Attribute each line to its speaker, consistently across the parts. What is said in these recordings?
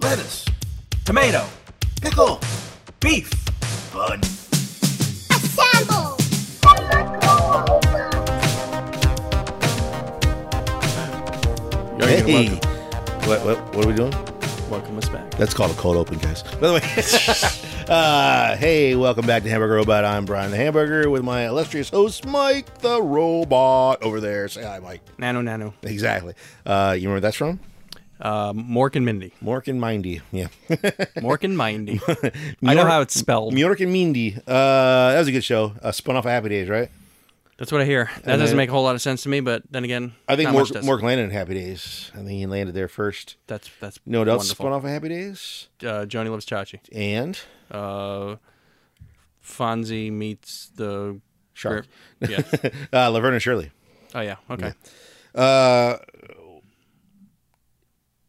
Speaker 1: lettuce,
Speaker 2: tomato,
Speaker 1: pickle,
Speaker 2: beef,
Speaker 1: bun.
Speaker 3: Assemble!
Speaker 4: Hey.
Speaker 1: welcome.
Speaker 4: What, what, what are we doing?
Speaker 2: welcome us back.
Speaker 4: That's called a cold open, guys. By the way, uh, hey, welcome back to Hamburger Robot. I'm Brian the Hamburger with my illustrious host, Mike the Robot, over there. Say hi, Mike.
Speaker 2: Nano Nano.
Speaker 4: Exactly. Uh, you remember what that's from?
Speaker 2: Uh, Mork and Mindy.
Speaker 4: Mork and Mindy. Yeah.
Speaker 2: Mork and Mindy. I know how it's spelled.
Speaker 4: Mork and Mindy. Uh, that was a good show. Uh, spun off of Happy Days, right?
Speaker 2: That's what I hear. That
Speaker 4: And
Speaker 2: doesn't
Speaker 4: then-
Speaker 2: make a whole lot of sense to me, but then again,
Speaker 4: I think
Speaker 2: not much
Speaker 4: Mork,
Speaker 2: does.
Speaker 4: Mork landed in Happy Days. I think he landed there first.
Speaker 2: That's that's
Speaker 4: No, what else
Speaker 2: wonderful.
Speaker 4: spun off of Happy Days?
Speaker 2: Uh, Johnny loves Chachi.
Speaker 4: And
Speaker 2: Uh, Fonzie meets the
Speaker 4: Shark.
Speaker 2: Yeah.
Speaker 4: Uh, Laverne and Shirley.
Speaker 2: Oh yeah. Okay.
Speaker 4: Uh,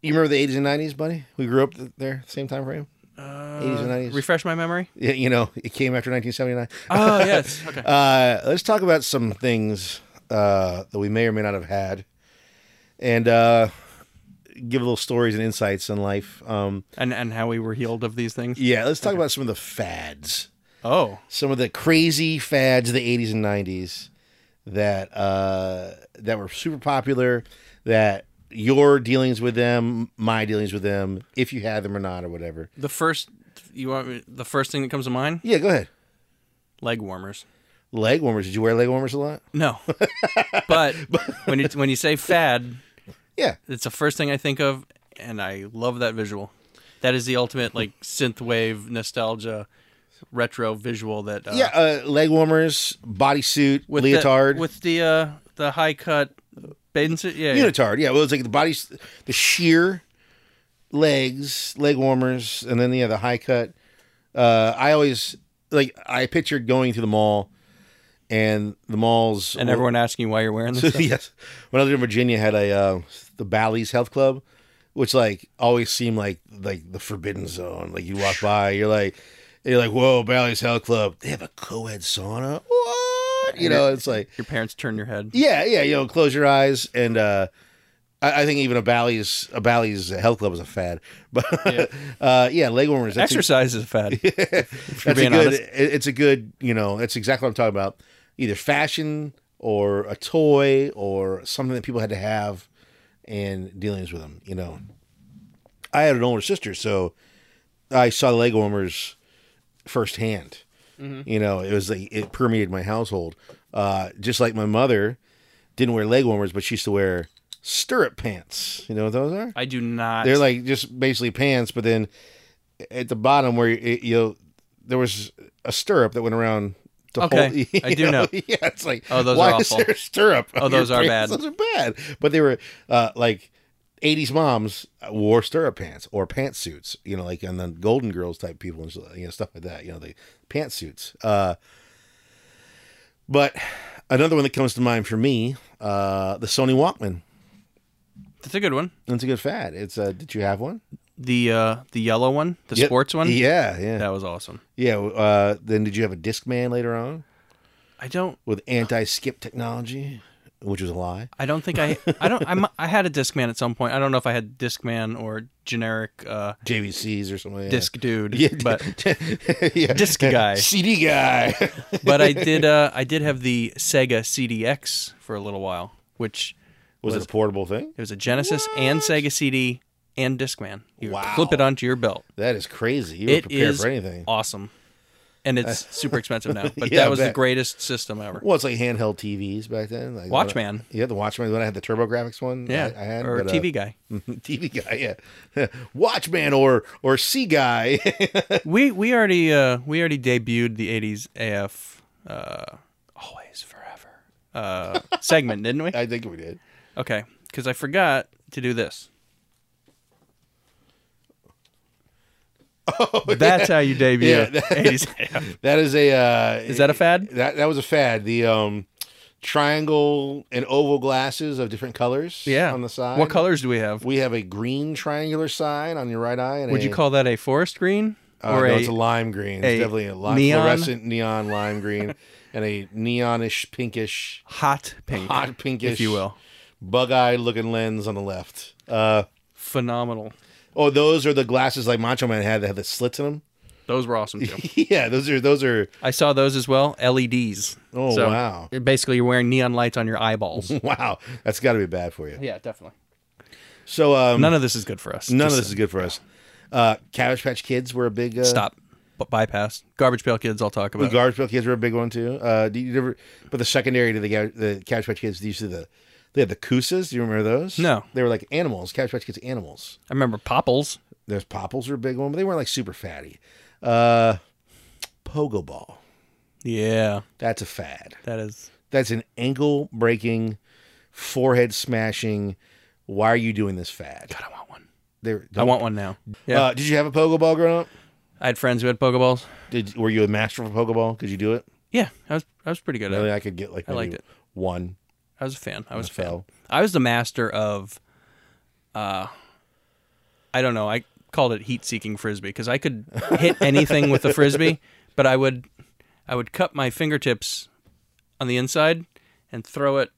Speaker 4: you remember the eighties and nineties, buddy? We grew up th- there, same time frame. Eighties and nineties.
Speaker 2: Uh, Refresh my memory.
Speaker 4: you know, it came after nineteen seventy nine.
Speaker 2: Oh yes. Okay.
Speaker 4: Uh, let's talk about some things uh, that we may or may not have had, and uh, give little stories and insights on life. Um,
Speaker 2: and and how we were healed of these things.
Speaker 4: yeah, let's talk about some of the fads,
Speaker 2: Oh,
Speaker 4: some of the crazy fads of the eighties and nineties that uh, that were super popular. That your dealings with them, my dealings with them, if you had them or not, or whatever.
Speaker 2: the first you want me, the first thing that comes to mind?
Speaker 4: Yeah, go ahead.
Speaker 2: Leg warmers.
Speaker 4: Leg warmers. Did you wear leg warmers a lot?
Speaker 2: No, but when you when you say fad,
Speaker 4: Yeah.
Speaker 2: it's the first thing I think of, and I love that visual. That is the ultimate like synthwave nostalgia, retro visual that uh,
Speaker 4: yeah, uh, leg warmers, bodysuit,
Speaker 2: with
Speaker 4: leotard.
Speaker 2: the, with the uh, the high cut. bathing suit. Yeah, yeah.
Speaker 4: unitard. Yeah, well, it's like the body, the sheer legs, leg warmers, and then yeah, the high cut. Uh, I always like I pictured going to the mall, and the malls
Speaker 2: and everyone asking you why you're wearing this. Stuff.
Speaker 4: yes, when I lived in Virginia, had a uh, the Bally's Health Club, which like always seemed like like the forbidden zone. Like you walk by, you're like you're like whoa, Bally's Health Club. They have a co-ed sauna. What? You know, it's like
Speaker 2: Your parents turn your head.
Speaker 4: yeah, yeah, you know, close your eyes and uh I, I think even a Bally's a Bally's health club was a fad. But yeah, uh yeah, leg warmers. That's a,
Speaker 2: Exercise is a fad.
Speaker 4: that's
Speaker 2: you're
Speaker 4: a
Speaker 2: being
Speaker 4: good
Speaker 2: honest.
Speaker 4: it- it's a good, you know, that's exactly what I'm talking about. Either fashion or a toy or something that people had to have and dealings with them, you know. I had an older sister, so I saw leg warmers firsthand.
Speaker 2: Mm-hmm.
Speaker 4: You know, it was like it permeated my household. Uh, just like my mother didn't wear leg warmers, but she used to wear stirrup pants. You know what those are?
Speaker 2: I do not.
Speaker 4: They're like just basically pants, but then at the bottom where it, you know there was a stirrup that went around. To
Speaker 2: Okay,
Speaker 4: hold,
Speaker 2: I
Speaker 4: you
Speaker 2: do know.
Speaker 4: Yeah, it's like
Speaker 2: Oh, those are
Speaker 4: why is
Speaker 2: awful.
Speaker 4: there a stirrup?
Speaker 2: Oh,
Speaker 4: on your
Speaker 2: those are
Speaker 4: pants?
Speaker 2: bad.
Speaker 4: Those are bad. But they were uh, like '80s moms uh, wore stirrup pants or pantsuits. You know, like and the Golden Girls type people and you know stuff like that. You know, the pantsuits. Uh, but another one that comes to mind for me, uh, the Sony Walkman.
Speaker 2: That's a good one.
Speaker 4: That's a good fad. It's uh, did you have one?
Speaker 2: The uh, the yellow one, the
Speaker 4: Yep.
Speaker 2: sports one.
Speaker 4: Yeah, yeah,
Speaker 2: that was awesome.
Speaker 4: yeah. Uh, then did you have a Discman later on
Speaker 2: I don't.
Speaker 4: with anti-skip technology, which was a lie?
Speaker 2: I don't think I. I don't. I, mi- I had a Discman at some point. I don't know if I had Discman or generic uh,
Speaker 4: JVCs or something. Like
Speaker 2: disc dude.
Speaker 4: that. Yeah,
Speaker 2: But
Speaker 4: yeah.
Speaker 2: disc guy.
Speaker 4: CD guy.
Speaker 2: but I did. Uh, I did have the Sega CDX for a little while, which
Speaker 4: was it a portable thing?
Speaker 2: it was a Genesis and Sega CD and Discman. You
Speaker 4: Wow.
Speaker 2: flip it onto your belt.
Speaker 4: That is crazy. You were
Speaker 2: It
Speaker 4: prepared
Speaker 2: is
Speaker 4: for anything.
Speaker 2: awesome, and it's super expensive now. But
Speaker 4: Yeah, I
Speaker 2: that was the
Speaker 4: bet.
Speaker 2: greatest system ever.
Speaker 4: Well, it's like handheld TVs back then. Like
Speaker 2: Watchman.
Speaker 4: yeah, the Watchman. When I had the TurboGrafx one.
Speaker 2: Yeah,
Speaker 4: I, I had
Speaker 2: or
Speaker 4: but, uh,
Speaker 2: TV guy.
Speaker 4: TV guy. Yeah, Watchman or or C guy.
Speaker 2: We we already uh, we already debuted the '80s AF uh, always forever uh, segment, didn't we?
Speaker 4: I think we did.
Speaker 2: Okay, because I forgot to do this. That's how you debut
Speaker 4: Oh, Yeah.
Speaker 2: '80s AF.
Speaker 4: That is a. Uh, is
Speaker 2: that a fad?
Speaker 4: That that was a fad. The um, triangle and oval glasses of different colors.
Speaker 2: Yeah,
Speaker 4: On the side.
Speaker 2: What colors do we have?
Speaker 4: We have a green triangular sign on your right eye. And
Speaker 2: Would
Speaker 4: a,
Speaker 2: you call that a forest green
Speaker 4: Uh,
Speaker 2: or
Speaker 4: no,
Speaker 2: a,
Speaker 4: it's a lime green.
Speaker 2: a
Speaker 4: It's definitely a lime,
Speaker 2: neon?
Speaker 4: fluorescent neon lime green, and a neonish pinkish,
Speaker 2: hot pink,
Speaker 4: hot pinkish,
Speaker 2: if you will?
Speaker 4: bug-eyed looking lens on the left. Uh,
Speaker 2: Phenomenal.
Speaker 4: Oh, those are the glasses like Macho Man had that had the slits in them.
Speaker 2: Those were awesome too.
Speaker 4: yeah, those are those are.
Speaker 2: I saw those as well. LEDs.
Speaker 4: Oh, wow.
Speaker 2: you're Basically, you're wearing neon lights on your eyeballs.
Speaker 4: Wow, that's got to be bad for you.
Speaker 2: yeah, definitely.
Speaker 4: So um,
Speaker 2: None of this is good for us.
Speaker 4: None
Speaker 2: Just
Speaker 4: of this is good for us. Uh, Cabbage Patch Kids were a big uh,
Speaker 2: stop. B- bypass. Garbage Pail Kids. I'll talk
Speaker 4: The
Speaker 2: about.
Speaker 4: Garbage Pail Kids were a big one too. Uh, do you ever? But the secondary to the Ga- the Cabbage Patch Kids, these are the they had the Coosas. Do you remember those?
Speaker 2: No.
Speaker 4: they were like animals. Cabbage Patch Kids animals.
Speaker 2: I remember Popples.
Speaker 4: There's Popples were a big one, but they weren't like super fatty. Uh, Pogo ball.
Speaker 2: Yeah,
Speaker 4: That's a fad.
Speaker 2: that is.
Speaker 4: That's an ankle breaking, forehead smashing. Why are you doing this fad?
Speaker 2: God, I want one.
Speaker 4: They're,
Speaker 2: I want one now. Yeah,
Speaker 4: Uh, did you have a pogo ball growing up?
Speaker 2: I had friends who had Pokeballs.
Speaker 4: Did were you a master of a pokeball? Could you do it?
Speaker 2: Yeah, I was. I was pretty good at.
Speaker 4: Really,
Speaker 2: it.
Speaker 4: I could get like
Speaker 2: I liked
Speaker 4: maybe
Speaker 2: it.
Speaker 4: one.
Speaker 2: I was a fan. I was a fan.
Speaker 4: fell.
Speaker 2: I was the master of. Uh, I don't know. I called it heat-seeking frisbee because I could hit anything with a frisbee, but I would, I would cut my fingertips on the inside and throw it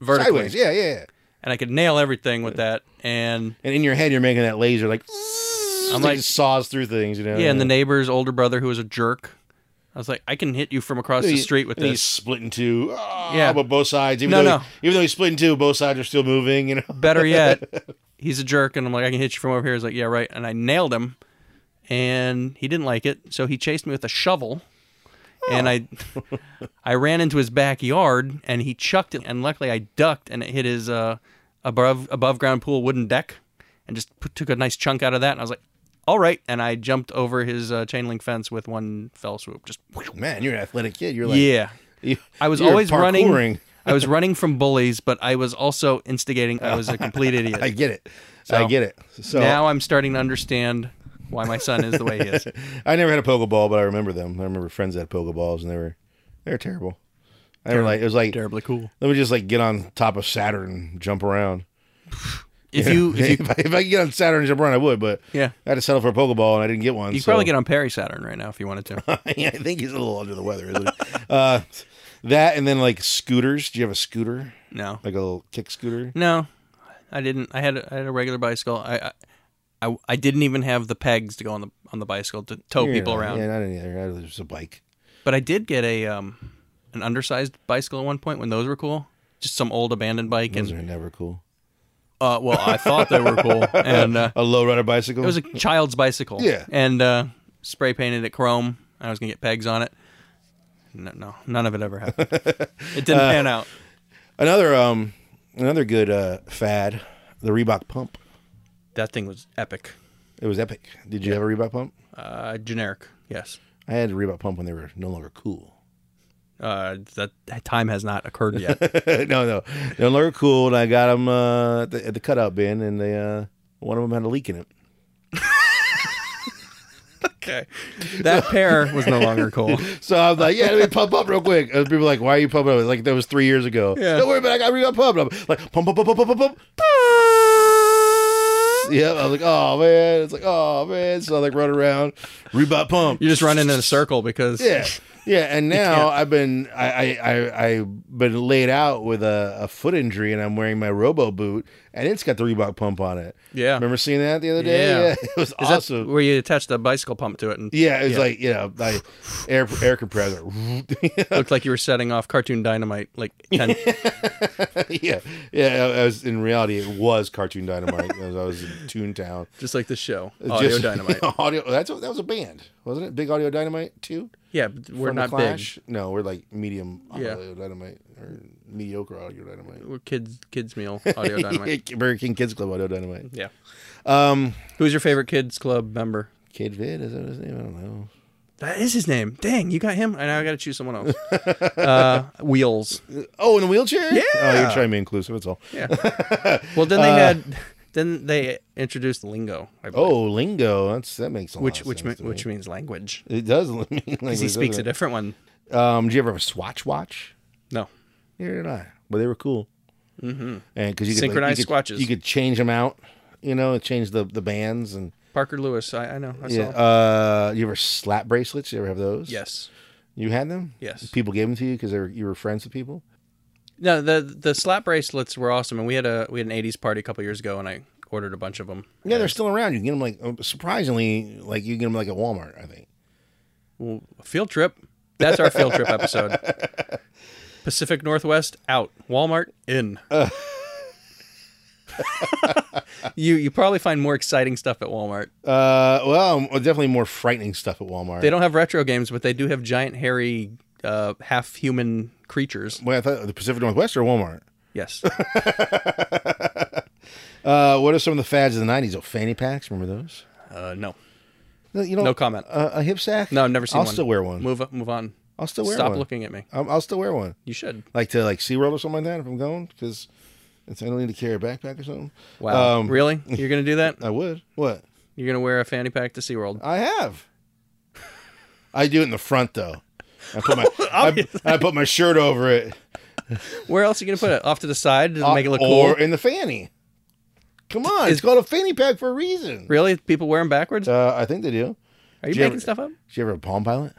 Speaker 2: vertically,
Speaker 4: Sideways, yeah, yeah, yeah.
Speaker 2: and I could nail everything with that. And
Speaker 4: And in your head, you're making that laser like.
Speaker 2: I'm
Speaker 4: I'm
Speaker 2: like-
Speaker 4: like saws through things, you know.
Speaker 2: Oh, yeah, and the neighbor's older brother who was a jerk. I was like, I can hit you from across the
Speaker 4: He-
Speaker 2: street with
Speaker 4: and He's
Speaker 2: this.
Speaker 4: split in two.
Speaker 2: Yeah.
Speaker 4: yeah, but both sides. Even
Speaker 2: No,
Speaker 4: though
Speaker 2: no.
Speaker 4: even though he's split in two, both sides are still moving. You know.
Speaker 2: Better yet, he's a jerk, and I'm like, I can hit you from over here. He's like, yeah, right. And I nailed him, and he didn't like it, so he chased me with a shovel, and I, I ran into his backyard, and he chucked it, and luckily I ducked, and it hit his uh, above above ground pool wooden deck, and just put, took a nice chunk out of that, and I was like. All right, and I jumped over his uh, chain link fence with one fell swoop. Just
Speaker 4: Man, you're an athletic kid. You're like
Speaker 2: yeah,
Speaker 4: you-
Speaker 2: I was
Speaker 4: you're
Speaker 2: always running.
Speaker 4: parkouring.
Speaker 2: I was running from bullies, but I was also instigating. I was a complete idiot.
Speaker 4: I get it. I get it. So
Speaker 2: now I'm starting to understand why my son is the way he is.
Speaker 4: I never had a pokeball, but I remember them. I remember friends that had pokeballs, and they were they were terrible. I remember like it was like
Speaker 2: Terribly cool.
Speaker 4: let me just like get on top of Saturn and jump around.
Speaker 2: If you, if you,
Speaker 4: if, I, if I could get on Saturn and jump around, I would. But
Speaker 2: Yeah.
Speaker 4: I had to settle for a pokeball, and I didn't get one.
Speaker 2: you could
Speaker 4: so-
Speaker 2: probably get on Perry Saturn right now if you wanted to.
Speaker 4: yeah, I think he's a little under the weather, isn't he? uh, that and then like scooters. Do you have a scooter?
Speaker 2: No,
Speaker 4: Like a little kick scooter?
Speaker 2: no, I didn't. I had a, I had a regular bicycle. I, I, I, I didn't even have the pegs to go on the on the bicycle to tow people
Speaker 4: Yeah,
Speaker 2: around.
Speaker 4: Yeah, not any other. It was a bike.
Speaker 2: But I did get a um an undersized bicycle at one point when those were cool. Just some old abandoned bike,
Speaker 4: Those
Speaker 2: and
Speaker 4: are never cool.
Speaker 2: uh, well, I thought they were cool, and uh,
Speaker 4: A low rider bicycle.
Speaker 2: It was a child's bicycle.
Speaker 4: Mm-hmm. Yeah.
Speaker 2: And uh, spray painted it chrome. I was gonna get pegs on it. No, no none of it ever happened. it didn't
Speaker 4: Uh,
Speaker 2: pan out.
Speaker 4: another um another good uh fad. The Reebok pump.
Speaker 2: That thing was epic.
Speaker 4: It was epic. Did you have a Reebok pump?
Speaker 2: Uh, generic, yes.
Speaker 4: I had a Reebok pump when they were no longer cool.
Speaker 2: Uh, that, that time has not occurred yet.
Speaker 4: no, no, no longer cool. And I got them uh, at, the, at the cutout bin, and they uh, one of them had a leak in it.
Speaker 2: okay. That pair was no longer cool.
Speaker 4: So I was like, "Yeah, let me pump up real quick." And people were like, "Why are you pumping up?" Like that was three years ago.
Speaker 2: Yeah.
Speaker 4: Don't worry about it. I got Reebok pumped up. Like pump, pump, pump, pump, pump, pump. Yeah, I was like, "Oh man," it's like, "Oh man." So I like run around, Reebok pump.
Speaker 2: You're just running in a circle because
Speaker 4: Yeah, yeah. And now
Speaker 2: can't-
Speaker 4: I've been I I I I've been laid out with a, a foot injury, and I'm wearing my Robo boot, and it's got the Reebok pump on it.
Speaker 2: Yeah.
Speaker 4: remember seeing that the other day?
Speaker 2: Yeah.
Speaker 4: it was
Speaker 2: Is that
Speaker 4: awesome.
Speaker 2: where you attached the bicycle pump to it and
Speaker 4: yeah, it was like you know, like air air compressor.
Speaker 2: looked like you were setting off cartoon dynamite like 10,
Speaker 4: yeah, yeah. I was in reality, it was Cartoon Dynamite. I was, I was in Toontown.
Speaker 2: just like the show. Audio
Speaker 4: Just-
Speaker 2: dynamite.
Speaker 4: audio. That's a, that was a band, wasn't it? Big Audio Dynamite too.
Speaker 2: Yeah, but we're
Speaker 4: From the
Speaker 2: not big.
Speaker 4: Clash? No, we're like medium
Speaker 2: Yeah.
Speaker 4: Audio Dynamite or mediocre Audio Dynamite.
Speaker 2: We're kids kids meal audio dynamite.
Speaker 4: Yeah, Burger King Kids Club Audio Dynamite.
Speaker 2: yeah.
Speaker 4: Um,
Speaker 2: Who's your favorite kids club member?
Speaker 4: Kid Vid is that his name? I don't know.
Speaker 2: That is his name. Dang, you got him. And now I got to choose someone else. uh, Wheels.
Speaker 4: Oh, in a wheelchair?
Speaker 2: Yeah.
Speaker 4: Oh, you're trying to be inclusive. That's all.
Speaker 2: Yeah. Well, then
Speaker 4: Uh,
Speaker 2: they had, then they introduced lingo. I believe,
Speaker 4: Oh, lingo. Oh, That's that makes a
Speaker 2: which
Speaker 4: lot of
Speaker 2: which
Speaker 4: sense
Speaker 2: me-
Speaker 4: to me.
Speaker 2: which means language.
Speaker 4: it does mean like
Speaker 2: Because he speaks a different one.
Speaker 4: Um, did you ever have a Swatch watch?
Speaker 2: No.
Speaker 4: Neither did I. But they were cool. Mm-hmm. And because you could, like,
Speaker 2: Synchronized
Speaker 4: you could,
Speaker 2: swatches.
Speaker 4: you could change them out. You know, change the the bands and
Speaker 2: Parker Lewis. I, I know. I
Speaker 4: yeah.
Speaker 2: saw.
Speaker 4: Uh, you ever slap bracelets? You ever have those?
Speaker 2: yes.
Speaker 4: You had them?
Speaker 2: Yes.
Speaker 4: People gave them to you because they were you were friends with people.
Speaker 2: No, the the slap bracelets were awesome, and we had a we had an '80s party a couple years ago, and I ordered a bunch of them.
Speaker 4: Yeah, they're still around. You can get them like uh, surprisingly, like you can get them like at Walmart. I think.
Speaker 2: Well, field trip. That's our field trip episode. Pacific Northwest out. Walmart in. you you probably find more exciting stuff at Walmart.
Speaker 4: Uh, well, um, definitely more frightening stuff at Walmart.
Speaker 2: They don't have retro games, but they do have giant hairy uh, half human creatures.
Speaker 4: Wait, I thought the Pacific Northwest or Walmart.
Speaker 2: Yes.
Speaker 4: Uh, what are some of the fads of the '90s? Oh, fanny packs. Remember those?
Speaker 2: Uh, no.
Speaker 4: No, You know,
Speaker 2: No comment.
Speaker 4: Uh, a hip sack?
Speaker 2: No, I've never seen
Speaker 4: I'll
Speaker 2: one.
Speaker 4: still wear one.
Speaker 2: Move move on.
Speaker 4: I'll still wear
Speaker 2: Stop
Speaker 4: one.
Speaker 2: looking at me.
Speaker 4: I'll, I'll still wear one.
Speaker 2: You should.
Speaker 4: Like to like SeaWorld or something like that if I'm going because I don't need to carry a backpack or something.
Speaker 2: Wow.
Speaker 4: Um,
Speaker 2: really? You're gonna do that?
Speaker 4: I would. What?
Speaker 2: You're gonna wear a fanny pack to SeaWorld.
Speaker 4: I have. I do it in the front though. I put my I, I put my shirt over it.
Speaker 2: Where else are you gonna put it? Off to the side to make it look
Speaker 4: uh, or
Speaker 2: cool.
Speaker 4: in the fanny. Come on, it's called a fanny pack for a reason.
Speaker 2: Really? People wear them backwards?
Speaker 4: Uh, I think they do.
Speaker 2: Are you
Speaker 4: do you
Speaker 2: making
Speaker 4: ever-
Speaker 2: stuff up?
Speaker 4: Did you ever have a Palm Pilot?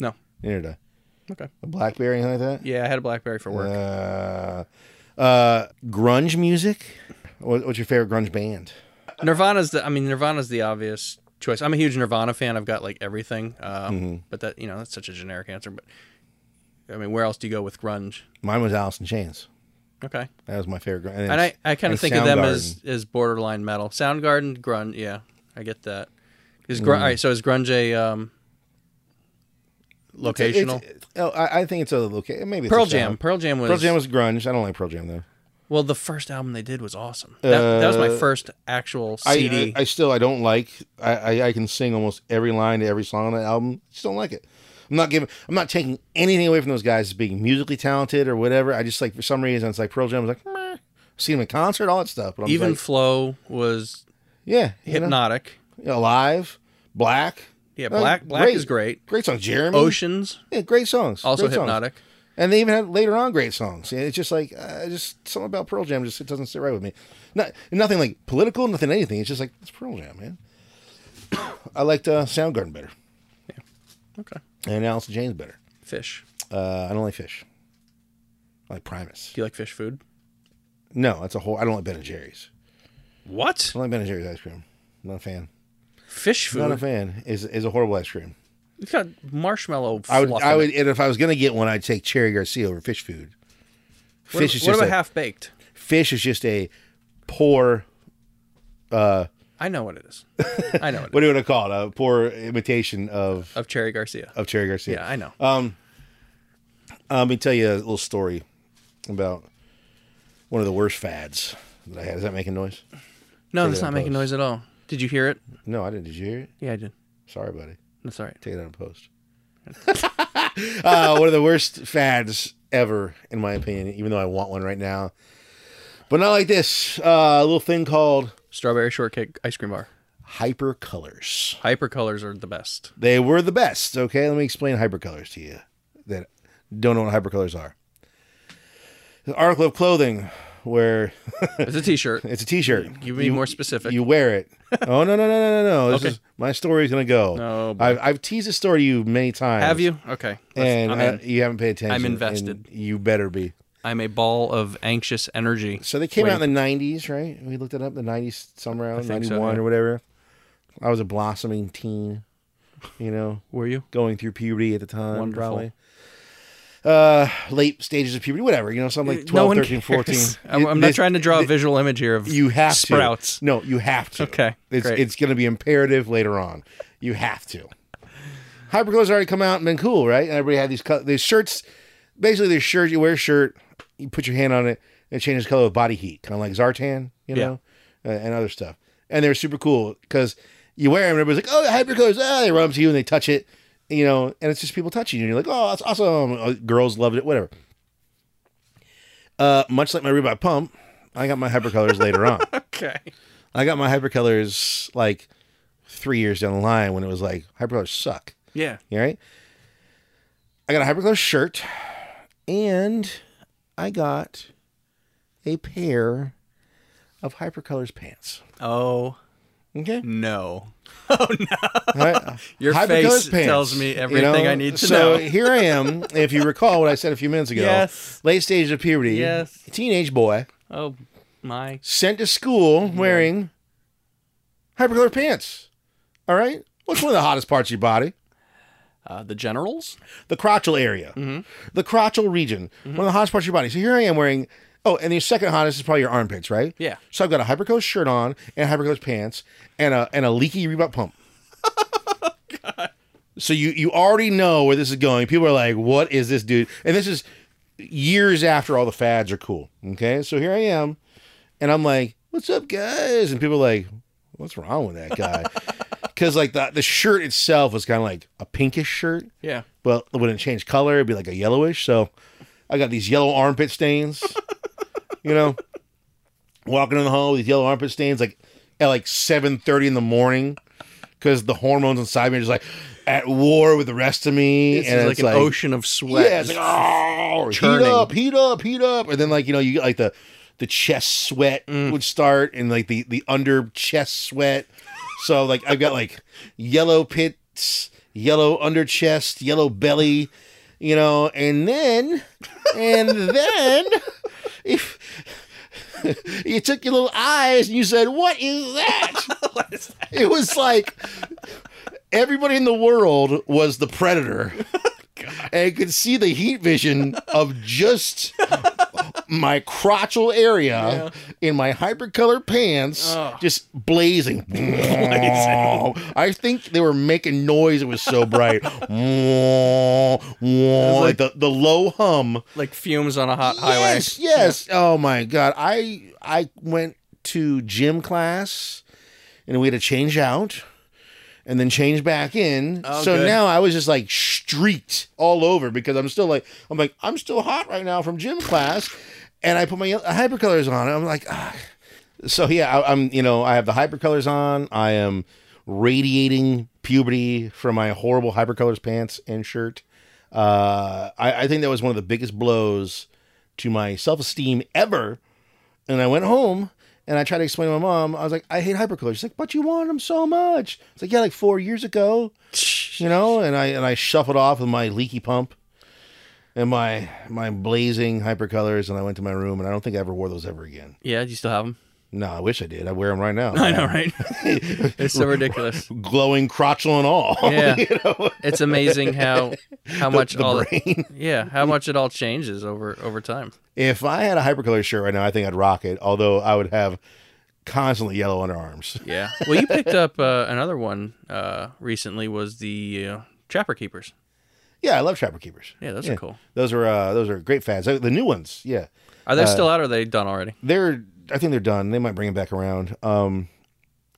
Speaker 2: No.
Speaker 4: You never did.
Speaker 2: Okay.
Speaker 4: A BlackBerry, anything like that?
Speaker 2: Yeah, I had a BlackBerry for work.
Speaker 4: Uh, uh, grunge music. What, what's your favorite grunge band?
Speaker 2: Nirvana's the. I mean, Nirvana's the obvious choice. I'm a huge Nirvana fan. I've got like everything. Uh,
Speaker 4: Mm-hmm.
Speaker 2: But that you know that's such a generic answer. But I mean, where else do you go with grunge?
Speaker 4: Mine was Alice in Chains.
Speaker 2: Okay.
Speaker 4: That was my favorite. Grunge.
Speaker 2: And I, I kind
Speaker 4: and
Speaker 2: of think of them
Speaker 4: Soundgarden.
Speaker 2: as as borderline metal. Soundgarden, grunge. Yeah, I get that. Is
Speaker 4: Mm-hmm.
Speaker 2: grunge? All right. So is grunge a um, locational?
Speaker 4: It's, it's- oh, I, I think it's a location. Maybe it's a
Speaker 2: Pearl
Speaker 4: sound.
Speaker 2: Jam. Pearl Jam was.
Speaker 4: Pearl Jam was grunge. I don't like Pearl Jam though.
Speaker 2: Well, the first album they did was awesome. That, that was my
Speaker 4: Uh,
Speaker 2: first actual
Speaker 4: I-
Speaker 2: CD.
Speaker 4: I, I still I don't like I, I I can sing almost every line to every song on that album. Just don't like it. I'm not giving I'm not taking anything away from those guys as being musically talented or whatever. I just like for some reason it's like Pearl Jam was like Meh. see them in concert all that stuff. But I'm
Speaker 2: Even
Speaker 4: even like,
Speaker 2: Flow was
Speaker 4: yeah, you know,
Speaker 2: hypnotic.
Speaker 4: alive, black.
Speaker 2: Yeah,
Speaker 4: Uh,
Speaker 2: Black Black is great.
Speaker 4: Great songs, Jeremy.
Speaker 2: Oceans
Speaker 4: yeah, great songs.
Speaker 2: also
Speaker 4: great songs.
Speaker 2: hypnotic.
Speaker 4: And they even had later on great songs. And It's just like uh, just something about Pearl Jam just it doesn't sit right with me. Not nothing like political, nothing anything. It's just like it's Pearl Jam, man. I liked uh, Soundgarden better
Speaker 2: Okay.
Speaker 4: and Alice in Chains better.
Speaker 2: Fish.
Speaker 4: Uh, I don't like Fish. I like Primus.
Speaker 2: Do you like fish food?
Speaker 4: No, that's a whole. I don't like Ben and Jerry's.
Speaker 2: What?
Speaker 4: I don't like Ben and Jerry's ice cream. I'm not a fan.
Speaker 2: Fish
Speaker 4: Not a
Speaker 2: food.
Speaker 4: fan. Is is a horrible ice cream.
Speaker 2: It's got marshmallow.
Speaker 4: I would.
Speaker 2: fluff
Speaker 4: I
Speaker 2: in
Speaker 4: would.
Speaker 2: it.
Speaker 4: And if I was gonna get one, I'd take Cherry Garcia over fish food.
Speaker 2: What,
Speaker 4: Fish is
Speaker 2: what
Speaker 4: just
Speaker 2: about
Speaker 4: a,
Speaker 2: half baked?
Speaker 4: fish is just a poor
Speaker 2: I know what it is. I know it.
Speaker 4: what do you want to call it? A poor imitation of
Speaker 2: is. Of Cherry Garcia.
Speaker 4: of Cherry Garcia. Um,
Speaker 2: Yeah, I know.
Speaker 4: Uh, let me tell you a little story about one of the worst fads that I had. Is that making noise?
Speaker 2: no,
Speaker 4: take
Speaker 2: that's
Speaker 4: it on
Speaker 2: not making
Speaker 4: post.
Speaker 2: noise at all. Did you hear it?
Speaker 4: No, I didn't. Did you hear it?
Speaker 2: Yeah, I did.
Speaker 4: Sorry, buddy.
Speaker 2: That's all right.
Speaker 4: Take it out of post. uh, one of the worst fads ever, in my opinion. Even though I want one right now, but not like this. Uh, a little thing called
Speaker 2: Strawberry shortcake ice cream bar.
Speaker 4: hyper colors.
Speaker 2: Hyper colors are the best.
Speaker 4: They were the best. Okay, let me explain hypercolors to you that don't know what hypercolors are. It's an article of clothing where
Speaker 2: It's a T-shirt.
Speaker 4: it's a T-shirt.
Speaker 2: Give me more specific.
Speaker 4: You wear it. Oh no no no no no no! This
Speaker 2: Okay.
Speaker 4: is my story's gonna go.
Speaker 2: No, boy.
Speaker 4: I've, I've teased this story to you many times.
Speaker 2: Have you? Okay. Let's-
Speaker 4: And
Speaker 2: I'm,
Speaker 4: I-
Speaker 2: in.
Speaker 4: you haven't paid attention. and
Speaker 2: invested.
Speaker 4: You better be.
Speaker 2: I'm a ball of anxious energy.
Speaker 4: So they came out in the '90s, right? We looked it up. The '90s, some around
Speaker 2: think
Speaker 4: '91
Speaker 2: so, yeah.
Speaker 4: or whatever. I was a blossoming teen, you know,
Speaker 2: Were you?
Speaker 4: going through puberty at the time.
Speaker 2: Wonderful.
Speaker 4: Probably. uh late stages of puberty whatever you know so i'm like 12
Speaker 2: no one
Speaker 4: 13
Speaker 2: cares.
Speaker 4: 14
Speaker 2: I'm,
Speaker 4: It-
Speaker 2: I'm not
Speaker 4: this-
Speaker 2: trying to draw a
Speaker 4: th-
Speaker 2: visual image here of
Speaker 4: you have
Speaker 2: sprouts.
Speaker 4: to no you have to
Speaker 2: Okay,
Speaker 4: it's
Speaker 2: great.
Speaker 4: it's going to be imperative later on you have to hypercolors already come out and been cool right and everybody had these co- these shirts basically their shirt you wear a shirt you put your hand on it and it changes color with body heat kind of like zartan you
Speaker 2: Yeah.
Speaker 4: know uh, and other stuff and they're super cool because you wear them and everybody's like oh hypercolors ah they run up to you and they touch it you know and it's just people touching you and you're like oh that's awesome Uh, girls loved it whatever uh, much like my Reebok pump, I got my hypercolors later on.
Speaker 2: Okay.
Speaker 4: I got my hypercolors like three years down the line when it was like hypercolors suck.
Speaker 2: Yeah.
Speaker 4: You all right? I got a hypercolor shirt and I got a pair of hypercolors pants.
Speaker 2: Oh
Speaker 4: Okay.
Speaker 2: no.
Speaker 4: All right.
Speaker 2: Your
Speaker 4: Hypercolors
Speaker 2: face tells me everything I need to
Speaker 4: so
Speaker 2: know.
Speaker 4: here I am. If you recall what I said a few minutes ago,
Speaker 2: Yes.
Speaker 4: late stages of puberty,
Speaker 2: Yes.
Speaker 4: teenage boy,
Speaker 2: Oh. my
Speaker 4: sent to school wearing hypercolor pants. All right? What's one of the hottest parts of your body?
Speaker 2: uh, the generals.
Speaker 4: The crotchal area, the crotchal region, one of the hottest parts of your body. So here I am wearing. Oh, and your second hottest is probably your armpits, right?
Speaker 2: Yeah.
Speaker 4: So I've got a hypercoat shirt on and hypercoat pants and a and a leaky Reebok pump. So you you already know where this is going. People are like, "What is this dude?" And this is years after all the fads are cool. Okay, so here I am, and I'm like, "What's up, guys?" And people are like, "What's wrong with that guy?" Because like the the shirt itself was kind of like a pinkish shirt.
Speaker 2: Yeah.
Speaker 4: Well, when it changed color, it'd be like a yellowish. So I got these yellow armpit stains. you know, walking in the hall with these yellow armpit stains, like at like seven thirty in the morning, because the hormones inside me are just like at war with the rest of me,
Speaker 2: This
Speaker 4: and
Speaker 2: is like
Speaker 4: it's
Speaker 2: an
Speaker 4: like,
Speaker 2: ocean of sweat.
Speaker 4: yeah, it's like oh,
Speaker 2: churning.
Speaker 4: heat up, heat up, heat up, and then like you know you get like the the chest sweat
Speaker 2: Mm.
Speaker 4: would start, and like the the under chest sweat. So like I've got like yellow pits, yellow under chest, yellow belly, you know, and then and then if you took your little eyes and you said, "What is that?" It was like everybody in the world was the predator and could see the heat vision of just my crotchal area in my hypercolor pants just blazing. I think they were making noise. It was so bright. like, the, the low hum.
Speaker 2: like fumes on a hot highway.
Speaker 4: Yes, yes. Oh my god. I I went to gym class and we had to change out and then change back in.
Speaker 2: Oh,
Speaker 4: so
Speaker 2: good.
Speaker 4: now I was just like streaked all over because I'm still like I'm like I'm still hot right now from gym class and I put my uh, hypercolors on. I'm like ah. So yeah, I, I'm you know, I have the hypercolors on. I am radiating puberty from my horrible hypercolors pants and shirt. Uh, I, I think that was one of the biggest blows to my self esteem ever. And I went home and I tried to explain to my mom. I was like, I hate hypercolors. She's like, but you wanted them so much. It's like, yeah, like four years ago, you know. And I and I shuffled off with my leaky pump and my my blazing hypercolors, and I went to my room. And I don't think I ever wore those ever again.
Speaker 2: Yeah, do you still have them?
Speaker 4: No, I wish I did. I wear them right now.
Speaker 2: I know, right? it's so ridiculous.
Speaker 4: glowing crotchel and all.
Speaker 2: Yeah.
Speaker 4: you know?
Speaker 2: It's amazing how how much
Speaker 4: The
Speaker 2: all
Speaker 4: brain.
Speaker 2: yeah how much it all changes over over time.
Speaker 4: If I had a hypercolor shirt right now, I think I'd rock it. Although I would have constantly yellow underarms.
Speaker 2: Yeah. Well, you picked up uh, another one uh, recently was the uh, Trapper Keepers.
Speaker 4: Yeah, I love Trapper Keepers.
Speaker 2: Yeah, those
Speaker 4: Yeah.
Speaker 2: are cool.
Speaker 4: Those are uh, those are great fads. Uh, The new ones, yeah,
Speaker 2: Are they
Speaker 4: Uh,
Speaker 2: still out? or Are they done already?
Speaker 4: they're I think they're done. They might bring them back around. Um,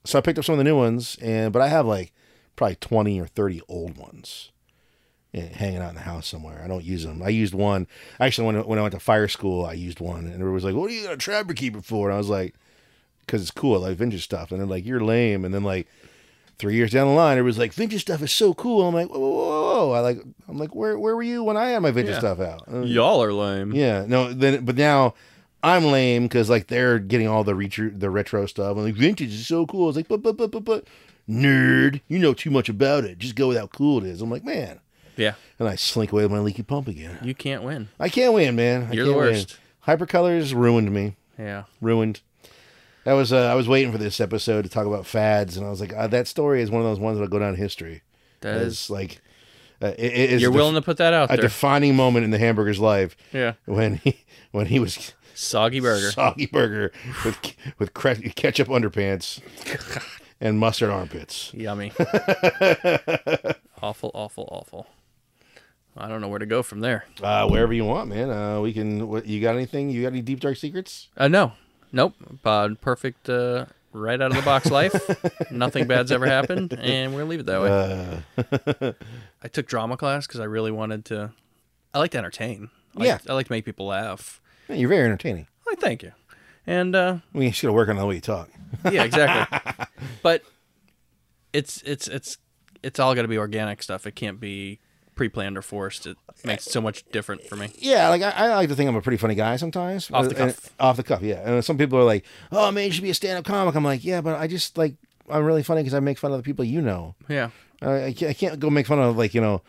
Speaker 4: so I picked up some of the new ones, and but I have like probably twenty or thirty old ones yeah, hanging out in the house somewhere. I don't use them. I used one actually when when I went to fire school. I used one, and everybody was like, "What are you got a Trapper Keeper for?" And I was like, "Cause it's cool. I like vintage stuff." And they're like, "You're lame." And then like. Three years down the line, everybody's like, "Vintage stuff is so cool." I'm like, "Whoa, whoa, whoa!" whoa." I like, I'm like, "Where, where were you when I had my vintage
Speaker 2: Yeah.
Speaker 4: stuff out?" Uh,
Speaker 2: Y'all are lame.
Speaker 4: yeah, no, then but now I'm lame because like they're getting all the retro the retro stuff. I'm like vintage is so cool. It's like but but but but but nerd, you know too much about it. Just go with how cool it is. I'm like man,
Speaker 2: yeah.
Speaker 4: and I slink away with my leaky pump again.
Speaker 2: You can't win.
Speaker 4: I can't win, man. I
Speaker 2: You're the
Speaker 4: can't win.
Speaker 2: worst.
Speaker 4: Hypercolors ruined me.
Speaker 2: Yeah.
Speaker 4: Ruined. That was uh, I was waiting for this episode to talk about fads, and I was like, uh, that story is one of those ones that'll go down in history.
Speaker 2: That is.
Speaker 4: It's like uh, it, it is
Speaker 2: You're
Speaker 4: def-
Speaker 2: willing to put that out
Speaker 4: a
Speaker 2: there.
Speaker 4: defining moment in the hamburger's life
Speaker 2: yeah.
Speaker 4: when he when he was
Speaker 2: Soggy burger.
Speaker 4: soggy burger with with cre- ketchup underpants and mustard armpits.
Speaker 2: Yummy. awful, awful, awful. I don't know where to go from there.
Speaker 4: Uh, wherever you want, man. Uh, we can. What, you got anything? You got any deep dark secrets?
Speaker 2: Uh, no. Nope. Bod, perfect, uh, right out of the box life. Nothing bad's ever happened, and we're going to leave it that way.
Speaker 4: Uh,
Speaker 2: I took drama class because I really wanted to. I like to entertain. I like,
Speaker 4: Yeah.
Speaker 2: I like to make people laugh.
Speaker 4: man, you're very entertaining.
Speaker 2: Like, thank you. And, uh,
Speaker 4: We should have worked on the way you talk.
Speaker 2: yeah, exactly. but it's, it's, it's, it's all got to be organic stuff. It can't be pre planned or forced. It makes it so much different for me.
Speaker 4: Yeah, like I, I like to think I'm a pretty funny guy sometimes. Uh,
Speaker 2: Off the
Speaker 4: And-
Speaker 2: cuff.
Speaker 4: off the cuff, yeah. And some people are like, "Oh man, you should be a stand-up comic." I'm like, "Yeah, but I just like I'm really funny because I make fun of the people you know.
Speaker 2: Yeah.
Speaker 4: I, I can't, I can't go make fun of like you know."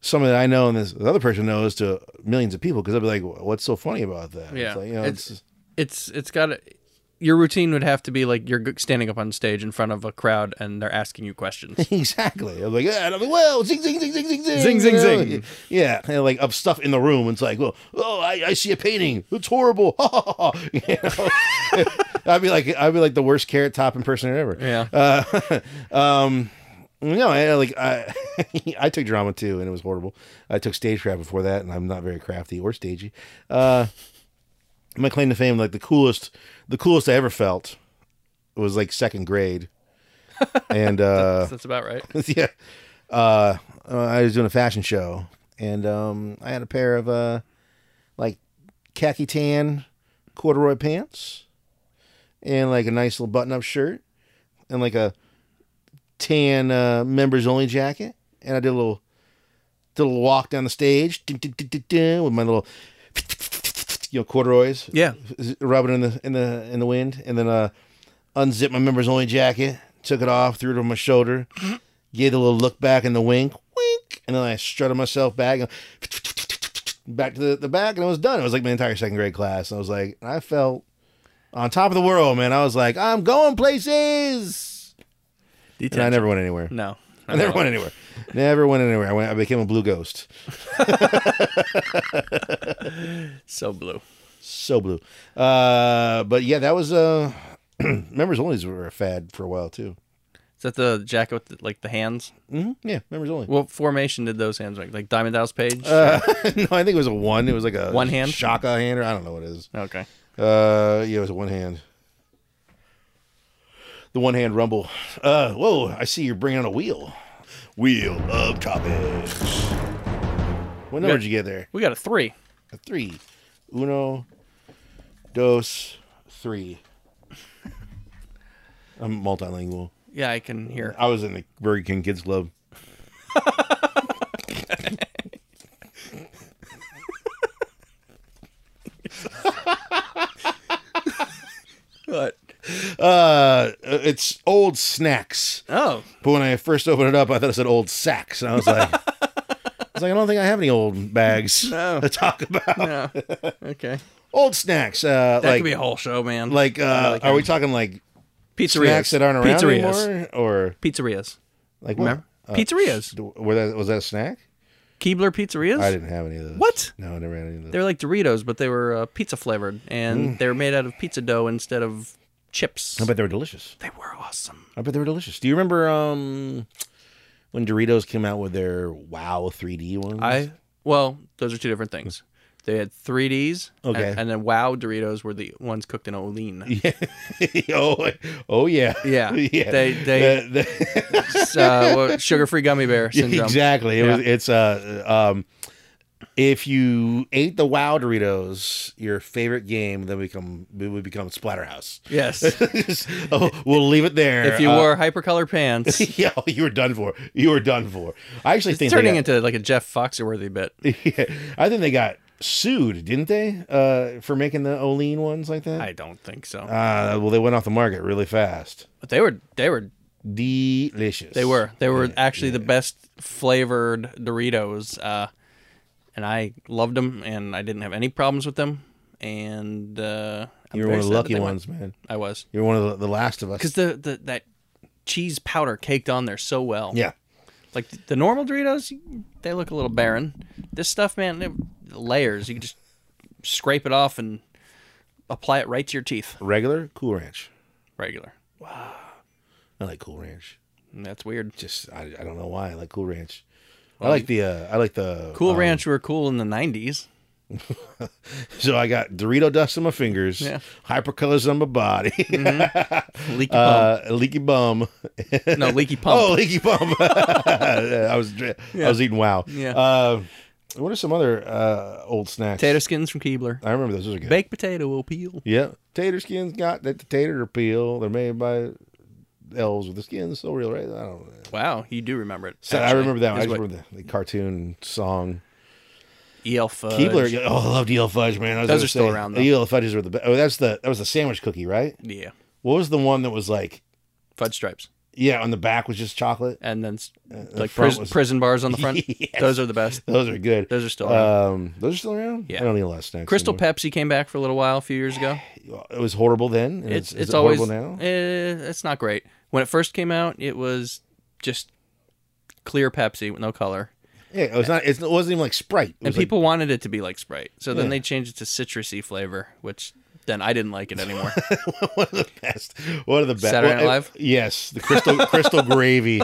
Speaker 4: Someone that I know and this other person knows to millions of people because I'll be like, "What's so funny about that?"
Speaker 2: Yeah,
Speaker 4: it's like, you know,
Speaker 2: it's
Speaker 4: it's-
Speaker 2: it's it's got to your routine would have to be like you're g- standing up on stage in front of a crowd and they're asking you questions.
Speaker 4: Exactly. I'm like, yeah, and I'm like, well, zing, zing, zing, zing, zing, zing,
Speaker 2: Zing, zing,
Speaker 4: you know?
Speaker 2: zing.
Speaker 4: Yeah, and like of stuff in the room. It's like, well, oh, I, I see a painting. It's horrible. you know? I'd be like, I'd be like the worst carrot top impersonator ever.
Speaker 2: Yeah.
Speaker 4: No, I, like I, I took drama too, and it was horrible. I took stagecraft before that, and I'm not very crafty or stagey. Uh, my claim to fame, like the coolest, the coolest I ever felt, was like second grade, and uh,
Speaker 2: that's about right.
Speaker 4: yeah. Uh, I was doing a fashion show, and um, I had a pair of uh, like khaki tan corduroy pants, and like a nice little button-up shirt, and like a tan uh, members-only jacket, and I did a little, did a little walk down the stage dun, dun, dun, dun, dun, with my little, you know, corduroys
Speaker 2: Yeah.
Speaker 4: z- rubbing in the in the in the wind, and then uh, unzipped my members only jacket, took it off, threw it over my shoulder, gave it a little look back and the wink, wink, and then I strutted myself back, and back to the, the back, and it was done. It was like my entire second grade class. I was like, I felt on top of the world, man. I was like, I'm going places, and I never went anywhere.
Speaker 2: No.
Speaker 4: I never went anywhere. Never went anywhere. I went. I became a blue ghost.
Speaker 2: So blue.
Speaker 4: so blue. Uh, but yeah, that was uh, members only were a fad for a while too.
Speaker 2: Is that the jacket with the, like the hands?
Speaker 4: hmm Yeah, members only.
Speaker 2: What formation did those hands make? Like Diamond Dallas Page?
Speaker 4: Uh, no, I think it was a one. It was like a
Speaker 2: One hand?
Speaker 4: shaka hand, or I don't know what it is.
Speaker 2: okay.
Speaker 4: Uh, yeah, it was a one hand. The one hand rumble. Uh, whoa! I see you're bringing on a wheel. Wheel of topics. What number did you get there?
Speaker 2: We got a three.
Speaker 4: A three. Uno, dos, three. I'm multilingual.
Speaker 2: Yeah, I can hear.
Speaker 4: I was in the Burger King Kids Club.
Speaker 2: What?
Speaker 4: Uh, it's old snacks.
Speaker 2: Oh,
Speaker 4: But when I first opened it up, I thought it said old sacks, and I was like, I was like, I don't think I have any old bags
Speaker 2: No.
Speaker 4: to talk about.
Speaker 2: yeah. okay.
Speaker 4: Old snacks, uh,
Speaker 2: That
Speaker 4: like
Speaker 2: could be a whole show, man.
Speaker 4: like, uh,
Speaker 2: like
Speaker 4: are we
Speaker 2: that.
Speaker 4: talking like
Speaker 2: pizzerias.
Speaker 4: snacks that aren't around
Speaker 2: pizzerias.
Speaker 4: anymore, or
Speaker 2: Pizzerias.
Speaker 4: like what?
Speaker 2: Remember?
Speaker 4: Uh,
Speaker 2: pizzerias.
Speaker 4: d- were that was that a snack?
Speaker 2: Keebler pizzerias?
Speaker 4: I didn't have any of those.
Speaker 2: What?
Speaker 4: No, I never had any of those.
Speaker 2: They were like Doritos, but they were uh, pizza flavored, and
Speaker 4: Mm.
Speaker 2: they were made out of pizza dough instead of chips.
Speaker 4: I bet they were delicious.
Speaker 2: They were awesome.
Speaker 4: I bet they were delicious. Do you remember um when Doritos came out with their Wow 3D ones?
Speaker 2: I well, those are two different things. They had 3Ds, and-
Speaker 4: Okay.
Speaker 2: and, then Wow Doritos were the ones cooked in Olean.
Speaker 4: Yeah. oh, oh yeah.
Speaker 2: Yeah.
Speaker 4: Yeah.
Speaker 2: They- they-
Speaker 4: The- the-
Speaker 2: It's, uh, sugar free gummy bear syndrome.
Speaker 4: exactly. It was,
Speaker 2: Yeah.
Speaker 4: it's uh um if you ate the Wow Doritos, your favorite game, then we become we would become Splatterhouse.
Speaker 2: Yes.
Speaker 4: oh, we'll leave it there.
Speaker 2: If you
Speaker 4: Uh,
Speaker 2: wore hypercolor pants, it's
Speaker 4: yeah, you were done for. You were done for. I actually think
Speaker 2: turning
Speaker 4: they
Speaker 2: into like a Jeff Foxworthy bit.
Speaker 4: got, I think they got sued, didn't they? Uh, for making the Olean ones like that.
Speaker 2: I don't think so.
Speaker 4: Uh, well, they went off the market really fast.
Speaker 2: but they were they were
Speaker 4: Delicious.
Speaker 2: They were. They were actually the best flavored Doritos, uh, and I loved them, and I didn't have any problems with them. And uh, I'm
Speaker 4: You were one
Speaker 2: very
Speaker 4: of
Speaker 2: sad
Speaker 4: the
Speaker 2: that
Speaker 4: lucky
Speaker 2: they went-
Speaker 4: ones, man.
Speaker 2: I was
Speaker 4: You were one of the, the last of us.
Speaker 2: because the, the that cheese powder caked on there so well.
Speaker 4: yeah,
Speaker 2: like the, normal Doritos, they look a little barren. This stuff, man, they, layers. You can just scrape it off and apply it right to your teeth.
Speaker 4: regular Cool Ranch.
Speaker 2: Regular.
Speaker 4: I like Cool Ranch.
Speaker 2: And that's weird.
Speaker 4: Just I, I don't know why I like Cool Ranch. I like the uh, I like the
Speaker 2: Cool
Speaker 4: um,
Speaker 2: Ranch were cool in the '90s.
Speaker 4: So I got Dorito dust on my fingers,
Speaker 2: Yeah. Mm-hmm.
Speaker 4: hypercolors on my body,
Speaker 2: Leaky
Speaker 4: uh, leaky bum.
Speaker 2: pump. No, leaky pump.
Speaker 4: oh, leaky bum. I was dr- I was eating wow.
Speaker 2: Yeah.
Speaker 4: Uh, what are some other uh, old snacks?
Speaker 2: Tater skins from Keebler.
Speaker 4: I remember those. Those are good.
Speaker 2: Baked potato will peel.
Speaker 4: Yeah. Tater skins got that the tater peel. They're made by elves with the skin so real, right? I don't know.
Speaker 2: Wow, you do remember it.
Speaker 4: So I
Speaker 2: actually,
Speaker 4: remember that. One. I
Speaker 2: is
Speaker 4: just
Speaker 2: what E
Speaker 4: remember the, the cartoon song.
Speaker 2: EL fudge.
Speaker 4: Keebler. yeah, Oh, I loved EL fudge, man. I was
Speaker 2: Those
Speaker 4: gonna
Speaker 2: are still
Speaker 4: say,
Speaker 2: around, though.
Speaker 4: The EL fudges were the best. Oh, that's the that was the sandwich cookie, right?
Speaker 2: Yeah,
Speaker 4: What was the one that was like?
Speaker 2: fudge stripes.
Speaker 4: yeah, on the back was just chocolate.
Speaker 2: and then s- like
Speaker 4: Uh, front
Speaker 2: pris-
Speaker 4: was-
Speaker 2: prison bars on the front.
Speaker 4: Yes.
Speaker 2: Those are the best.
Speaker 4: Those are good.
Speaker 2: Those are still
Speaker 4: Um, those are still around.
Speaker 2: Yeah.
Speaker 4: I don't need a lot of snacks.
Speaker 2: Crystal
Speaker 4: anymore.
Speaker 2: Pepsi came back for a little while a few years ago.
Speaker 4: It was horrible then. and
Speaker 2: It's
Speaker 4: is
Speaker 2: it's
Speaker 4: it
Speaker 2: always
Speaker 4: horrible now.
Speaker 2: eh, it's not great. When it first came out, it was just clear Pepsi with no color,
Speaker 4: Yeah, it was not. It's, it wasn't even like Sprite. It
Speaker 2: and
Speaker 4: was like-
Speaker 2: people wanted it to be like Sprite. So then
Speaker 4: Yeah.
Speaker 2: they changed it to citrusy flavor, which then I didn't like it anymore.
Speaker 4: one of the best. One of the best.
Speaker 2: Saturday Night
Speaker 4: Well, it-
Speaker 2: Live?
Speaker 4: yes, the crystal crystal gravy.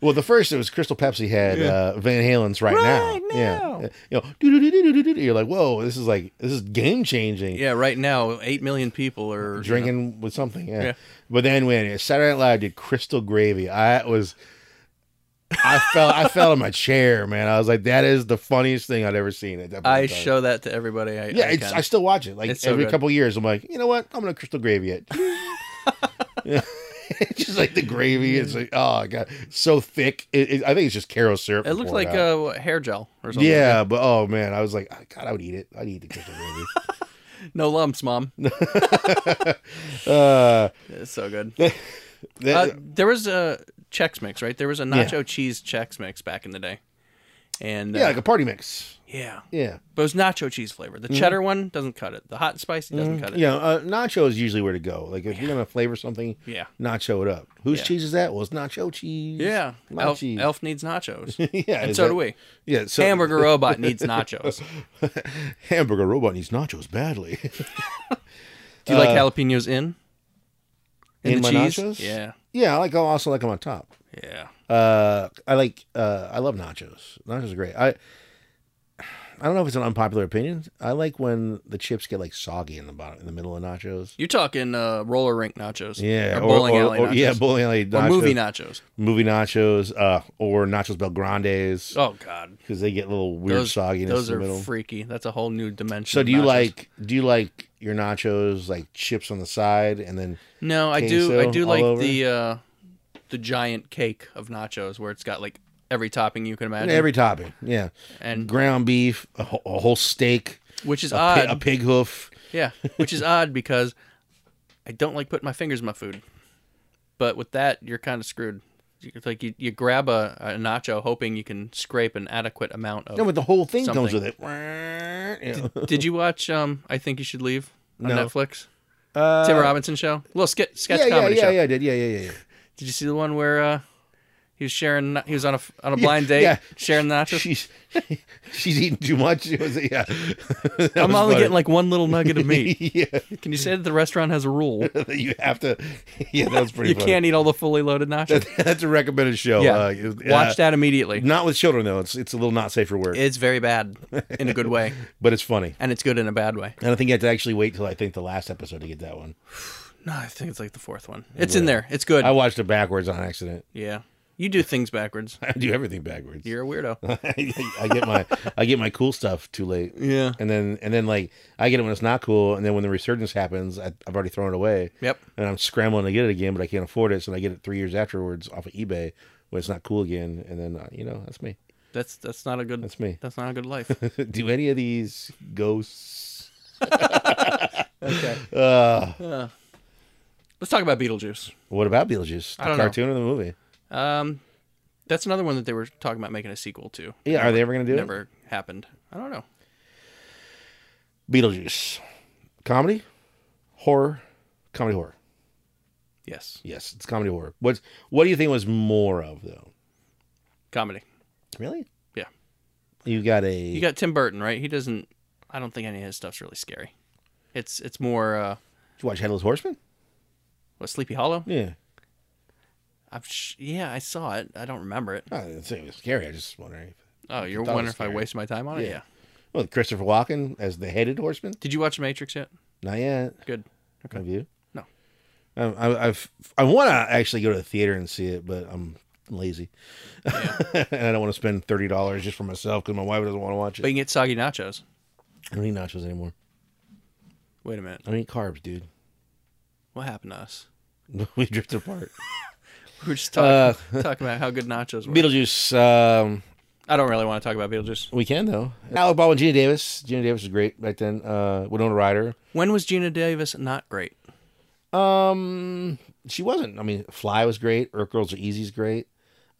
Speaker 4: Well, the first it was Crystal Pepsi had uh, Van Halen's right,
Speaker 2: Right
Speaker 4: now.
Speaker 2: Now.
Speaker 4: Yeah, you know, doo-doo-doo-doo-doo-doo-doo. you're like, whoa, this is like this is game changing.
Speaker 2: yeah, right now eight million people are you know,
Speaker 4: Drinking with something, yeah.
Speaker 2: Yeah.
Speaker 4: But then when Saturday Night Live did Crystal Gravy, I was, I fell, I fell in my chair, man. I was like, that is the funniest thing I'd ever seen. At that point
Speaker 2: I
Speaker 4: in time.
Speaker 2: show that to everybody. I,
Speaker 4: Yeah,
Speaker 2: I
Speaker 4: it's,
Speaker 2: can.
Speaker 4: I still watch it. Like
Speaker 2: It's so
Speaker 4: every
Speaker 2: good.
Speaker 4: couple years, I'm like, you know what? I'm gonna crystal gravy it. Yeah. It's just like the gravy is like, oh god, so thick. It, it- I think it's just caro syrup.
Speaker 2: it looked
Speaker 4: poured
Speaker 2: like
Speaker 4: out.
Speaker 2: uh, what, hair gel or something.
Speaker 4: yeah, but oh man, I was like, oh, God, I would eat it. I'd eat the crystal gravy.
Speaker 2: no lumps, mom.
Speaker 4: uh,
Speaker 2: It's so good. Uh,
Speaker 4: that,
Speaker 2: there was a Chex Mix, right? There was a nacho cheese Chex Mix back in the day, and
Speaker 4: yeah,
Speaker 2: uh,
Speaker 4: like a Mm-hmm. party mix.
Speaker 2: yeah,
Speaker 4: Yeah,
Speaker 2: but it was nacho cheese flavor. The cheddar one doesn't cut it. The hot and spicy doesn't cut it.
Speaker 4: you know, uh, nacho is usually where to go. Like if you're gonna flavor something,
Speaker 2: Yeah.
Speaker 4: nacho it up. Whose
Speaker 2: Yeah.
Speaker 4: cheese is that? Well, it's nacho cheese.
Speaker 2: Yeah,
Speaker 4: my
Speaker 2: Elf,
Speaker 4: cheese.
Speaker 2: Elf needs nachos,
Speaker 4: yeah,
Speaker 2: and
Speaker 4: is
Speaker 2: so
Speaker 4: that-
Speaker 2: do we.
Speaker 4: Yeah, so
Speaker 2: Hamburger Robot needs nachos.
Speaker 4: hamburger robot needs nachos badly.
Speaker 2: Do you like jalapenos in?
Speaker 4: Uh, in
Speaker 2: the
Speaker 4: my
Speaker 2: cheese?
Speaker 4: nachos?
Speaker 2: Yeah,
Speaker 4: Yeah, I like I also like them on top.
Speaker 2: yeah.
Speaker 4: Uh, I like uh, I love nachos. Nachos are great. I I don't know if it's an unpopular opinion. I like when the chips get like soggy in the bottom in the middle of nachos.
Speaker 2: You're talking uh, roller rink nachos.
Speaker 4: Yeah,
Speaker 2: or bowling alley nachos.
Speaker 4: yeah, bowling alley
Speaker 2: or
Speaker 4: nachos,
Speaker 2: movie nachos.
Speaker 4: movie nachos, uh, or nachos Belgrandes
Speaker 2: Oh God,
Speaker 4: because they get a little weird
Speaker 2: those
Speaker 4: sogginess
Speaker 2: those
Speaker 4: in
Speaker 2: are
Speaker 4: the middle.
Speaker 2: freaky. That's a whole new dimension.
Speaker 4: so
Speaker 2: of
Speaker 4: do you
Speaker 2: nachos.
Speaker 4: like do you like your nachos like chips on the side and then
Speaker 2: No, I do. I
Speaker 4: queso
Speaker 2: do
Speaker 4: all
Speaker 2: like
Speaker 4: over?
Speaker 2: the uh, the giant cake of nachos, where it's got like every topping you can imagine,
Speaker 4: every topping? Yeah,
Speaker 2: and Uh,
Speaker 4: ground beef, a, whole- a whole steak,
Speaker 2: which is
Speaker 4: pi-
Speaker 2: odd.
Speaker 4: a pig hoof.
Speaker 2: yeah, which is odd because I don't like putting my fingers in my food, but with that you're kind of screwed. It's like you, you grab a, a nacho hoping you can scrape an adequate amount of.
Speaker 4: No, but the whole thing comes
Speaker 2: Something.
Speaker 4: with it. You know.
Speaker 2: Did you watch? Um, I think you should leave on
Speaker 4: No.
Speaker 2: Netflix.
Speaker 4: Uh,
Speaker 2: Tim Robinson show, little skit, sketch
Speaker 4: yeah, yeah,
Speaker 2: comedy
Speaker 4: yeah,
Speaker 2: show.
Speaker 4: yeah, I did. Yeah, yeah, yeah, yeah.
Speaker 2: Did you see the one where uh, he was sharing? He was on a on a blind date,
Speaker 4: yeah.
Speaker 2: sharing nachos.
Speaker 4: She's she's eating too much. It was- yeah, That
Speaker 2: I'm
Speaker 4: was
Speaker 2: only
Speaker 4: funny.
Speaker 2: getting like one little nugget of meat.
Speaker 4: yeah.
Speaker 2: Can you say that the restaurant has a rule?
Speaker 4: You have to. Yeah, that was pretty.
Speaker 2: You
Speaker 4: funny.
Speaker 2: can't eat all the fully loaded nachos.
Speaker 4: That's a recommended show.
Speaker 2: Yeah.
Speaker 4: Uh,
Speaker 2: Watch that immediately.
Speaker 4: Not with children though. It's it's a little not safe for work,
Speaker 2: It's very bad in a good way,
Speaker 4: but it's funny.
Speaker 2: and it's good in a bad way.
Speaker 4: And I think you have to actually wait till I think the last episode to get that one.
Speaker 2: No, I think it's like the fourth one. It's in there. It's good.
Speaker 4: I watched it backwards on accident.
Speaker 2: Yeah. You do things backwards.
Speaker 4: I do everything backwards.
Speaker 2: You're a weirdo.
Speaker 4: I get my I get my cool stuff too late.
Speaker 2: Yeah.
Speaker 4: and then and then like I get it when it's not cool, and then when the resurgence happens, I, I've already thrown it away.
Speaker 2: Yep.
Speaker 4: And I'm scrambling to get it again, but I can't afford it, so I get it three years afterwards off of eBay when it's not cool again, and then uh, you know that's me.
Speaker 2: That's that's not a good.
Speaker 4: That's me.
Speaker 2: That's not a good life.
Speaker 4: Do any of these ghosts?
Speaker 2: Okay.
Speaker 4: Uh,
Speaker 2: Uh, let's talk about Beetlejuice.
Speaker 4: what about Beetlejuice? The
Speaker 2: I don't know.
Speaker 4: cartoon or the movie?
Speaker 2: Um, that's another one that they were talking about making a sequel to.
Speaker 4: Yeah, are they ever gonna do
Speaker 2: Never happened. I don't know.
Speaker 4: it? Beetlejuice, comedy, horror, comedy horror.
Speaker 2: Yes.
Speaker 4: Yes, it's comedy horror. What's what do you think was more of though?
Speaker 2: Comedy.
Speaker 4: Really?
Speaker 2: Yeah.
Speaker 4: You got a
Speaker 2: You got Tim Burton, right? He doesn't. I don't think any of his stuff's really scary. It's it's more uh,
Speaker 4: did you watch Headless Horseman?
Speaker 2: what Sleepy Hollow.
Speaker 4: Yeah.
Speaker 2: I've sh- yeah, I saw it. I don't remember it.
Speaker 4: I didn't think it Oh, was scary. I was just wondering. If...
Speaker 2: Oh, you're
Speaker 4: thought it
Speaker 2: wondering
Speaker 4: was
Speaker 2: if I
Speaker 4: scary.
Speaker 2: wasted my time on it?
Speaker 4: Yeah.
Speaker 2: Yeah.
Speaker 4: Well, Christopher Walken as the headed horseman?
Speaker 2: Did you watch Matrix yet?
Speaker 4: Not yet.
Speaker 2: Good. Okay.
Speaker 4: Have you?
Speaker 2: No.
Speaker 4: I, I, I've I want to actually go to the theater and see it, but I'm lazy, and I don't want to spend thirty dollars just for myself because my wife doesn't want to watch it.
Speaker 2: But you can get soggy nachos.
Speaker 4: I don't eat nachos anymore.
Speaker 2: Wait a minute.
Speaker 4: I don't eat carbs, dude.
Speaker 2: What happened to us?
Speaker 4: we drifted apart.
Speaker 2: We were just talking,
Speaker 4: Uh.
Speaker 2: talking about how good nachos were.
Speaker 4: Beetlejuice. Um,
Speaker 2: I don't really want to talk about Beetlejuice.
Speaker 4: we can though. Alec Baldwin, Gina Davis. Gina Davis was great back then. Uh, Winona Ryder.
Speaker 2: When was Gina Davis not great?
Speaker 4: Um, she wasn't. I mean, Fly was great. Earth Girls Are Easy's great.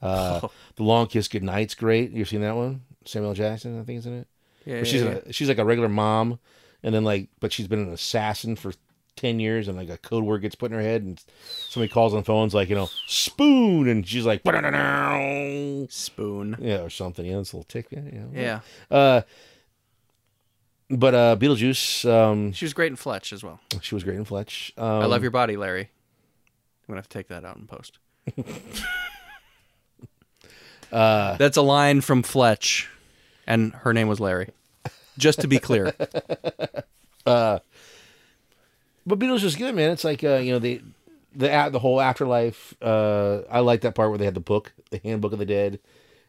Speaker 4: Uh, The Long Kiss Goodnight's great. You've seen that one? Samuel L. Jackson, I think, is in it.
Speaker 2: Yeah,
Speaker 4: But
Speaker 2: yeah,
Speaker 4: she's
Speaker 2: yeah.
Speaker 4: A, she's like a regular mom, and then like, but she's been an assassin for ten years, and like a code word gets put in her head, and somebody calls on the phones like you know spoon, and she's like "Ba-da-da-da."
Speaker 2: spoon.
Speaker 4: yeah or something, you know, this little tick, you know.
Speaker 2: Yeah,
Speaker 4: Uh, but uh, Beetlejuice, um,
Speaker 2: she was great in Fletch as well.
Speaker 4: she was great in Fletch. Um,
Speaker 2: I love your body, Larry. I'm gonna have to take that out and post.
Speaker 4: Uh,
Speaker 2: That's a line from Fletch, and her name was Larry. Just to be clear,
Speaker 4: But Beatles was good, man. It's like uh, you know the the a- the whole afterlife. Uh, I like that part where they had the book, the handbook of the dead,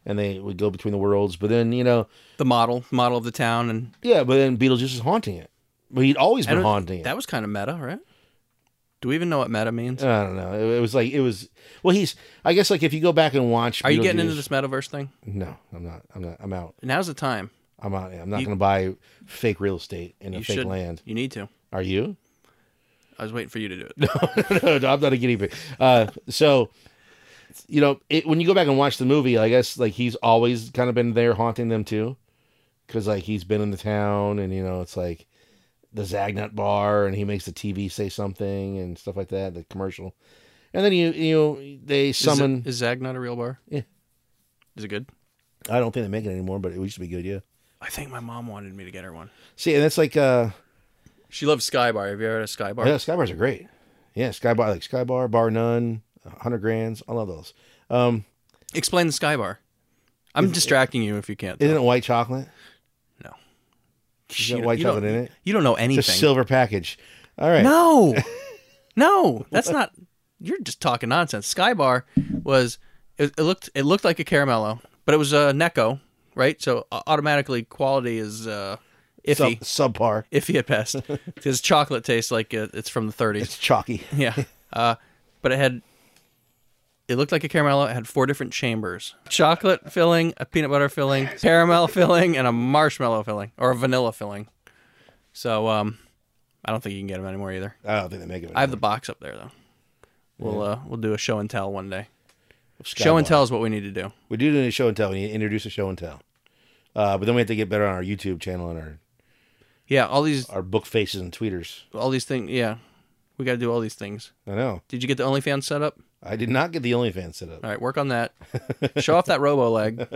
Speaker 4: and they would go between the worlds. But then you know,
Speaker 2: the model, model of the town, and
Speaker 4: yeah. But then Beetlejuice is haunting it. But he'd always
Speaker 2: I
Speaker 4: been
Speaker 2: don't-
Speaker 4: haunting it.
Speaker 2: That was kind of meta, right? Do we even know what meta means?
Speaker 4: I don't know. It, it was like it was. Well, he's. I guess like if you go back and watch.
Speaker 2: Are you getting into
Speaker 4: Beetlejuice-
Speaker 2: this metaverse thing?
Speaker 4: No, I'm not. I'm not. I'm out.
Speaker 2: Now's the time.
Speaker 4: I'm out. I'm not
Speaker 2: You-
Speaker 4: going to buy fake real estate in a
Speaker 2: You
Speaker 4: fake
Speaker 2: should.
Speaker 4: land.
Speaker 2: You need to.
Speaker 4: Are you?
Speaker 2: I was waiting for you to do it.
Speaker 4: no, no, I'm not a guinea pig. Uh, so, you know, it, when you go back and watch the movie, I guess like he's always kind of been there haunting them too, because like he's been in the town, and you know, it's like the Zagnut bar, and he makes the TV say something and stuff like that, the commercial, and then you you know they summon.
Speaker 2: Is, it, is Zag not a real bar?
Speaker 4: Yeah.
Speaker 2: Is it good?
Speaker 4: I don't think they make it anymore, but it used to be good. Yeah.
Speaker 2: I think my mom wanted me to get her one.
Speaker 4: See, and that's like uh,
Speaker 2: She loves Sky Bar. Have you ever had a Sky Bar?
Speaker 4: yeah, sky bars are great. Yeah, sky bar like sky bar, bar none, hundred grands, I love those. Um,
Speaker 2: Explain the Sky Bar. I'm distracting you if you can't.
Speaker 4: isn't it white chocolate? Is
Speaker 2: You
Speaker 4: that
Speaker 2: don't-
Speaker 4: white
Speaker 2: you don't-
Speaker 4: chocolate in it?
Speaker 2: You don't know anything.
Speaker 4: Just silver package. All right.
Speaker 2: No, no, that's not. You're just talking nonsense. Skybar was it, it looked it looked like a caramello, but it was a Necco, right? So uh, automatically quality is uh,
Speaker 4: Sub,
Speaker 2: iffy,
Speaker 4: subpar.
Speaker 2: iffy at best, because chocolate tastes like it, it's from the 30s.
Speaker 4: It's chalky.
Speaker 2: Yeah. Uh, but it had, it looked like a caramello. It had four different chambers chocolate filling, a peanut butter filling, caramel filling, and a marshmallow filling or a vanilla filling. So um, I don't think you can get them anymore either.
Speaker 4: I don't think they make it.
Speaker 2: I have the box up there though. We'll uh, we'll do a show and tell one day.
Speaker 4: Sky
Speaker 2: show and
Speaker 4: bar.
Speaker 2: tell is what we need to do.
Speaker 4: We do need a show and tell. We need to introduce a show and tell. Uh, but then we have to get better on our YouTube channel and our,
Speaker 2: Yeah, all these
Speaker 4: our book faces and tweeters.
Speaker 2: all these things. Yeah, we got to do all these things.
Speaker 4: I know.
Speaker 2: Did you get the OnlyFans set up?
Speaker 4: I did not get the OnlyFans set up.
Speaker 2: All right, work on that. Show off that robo leg.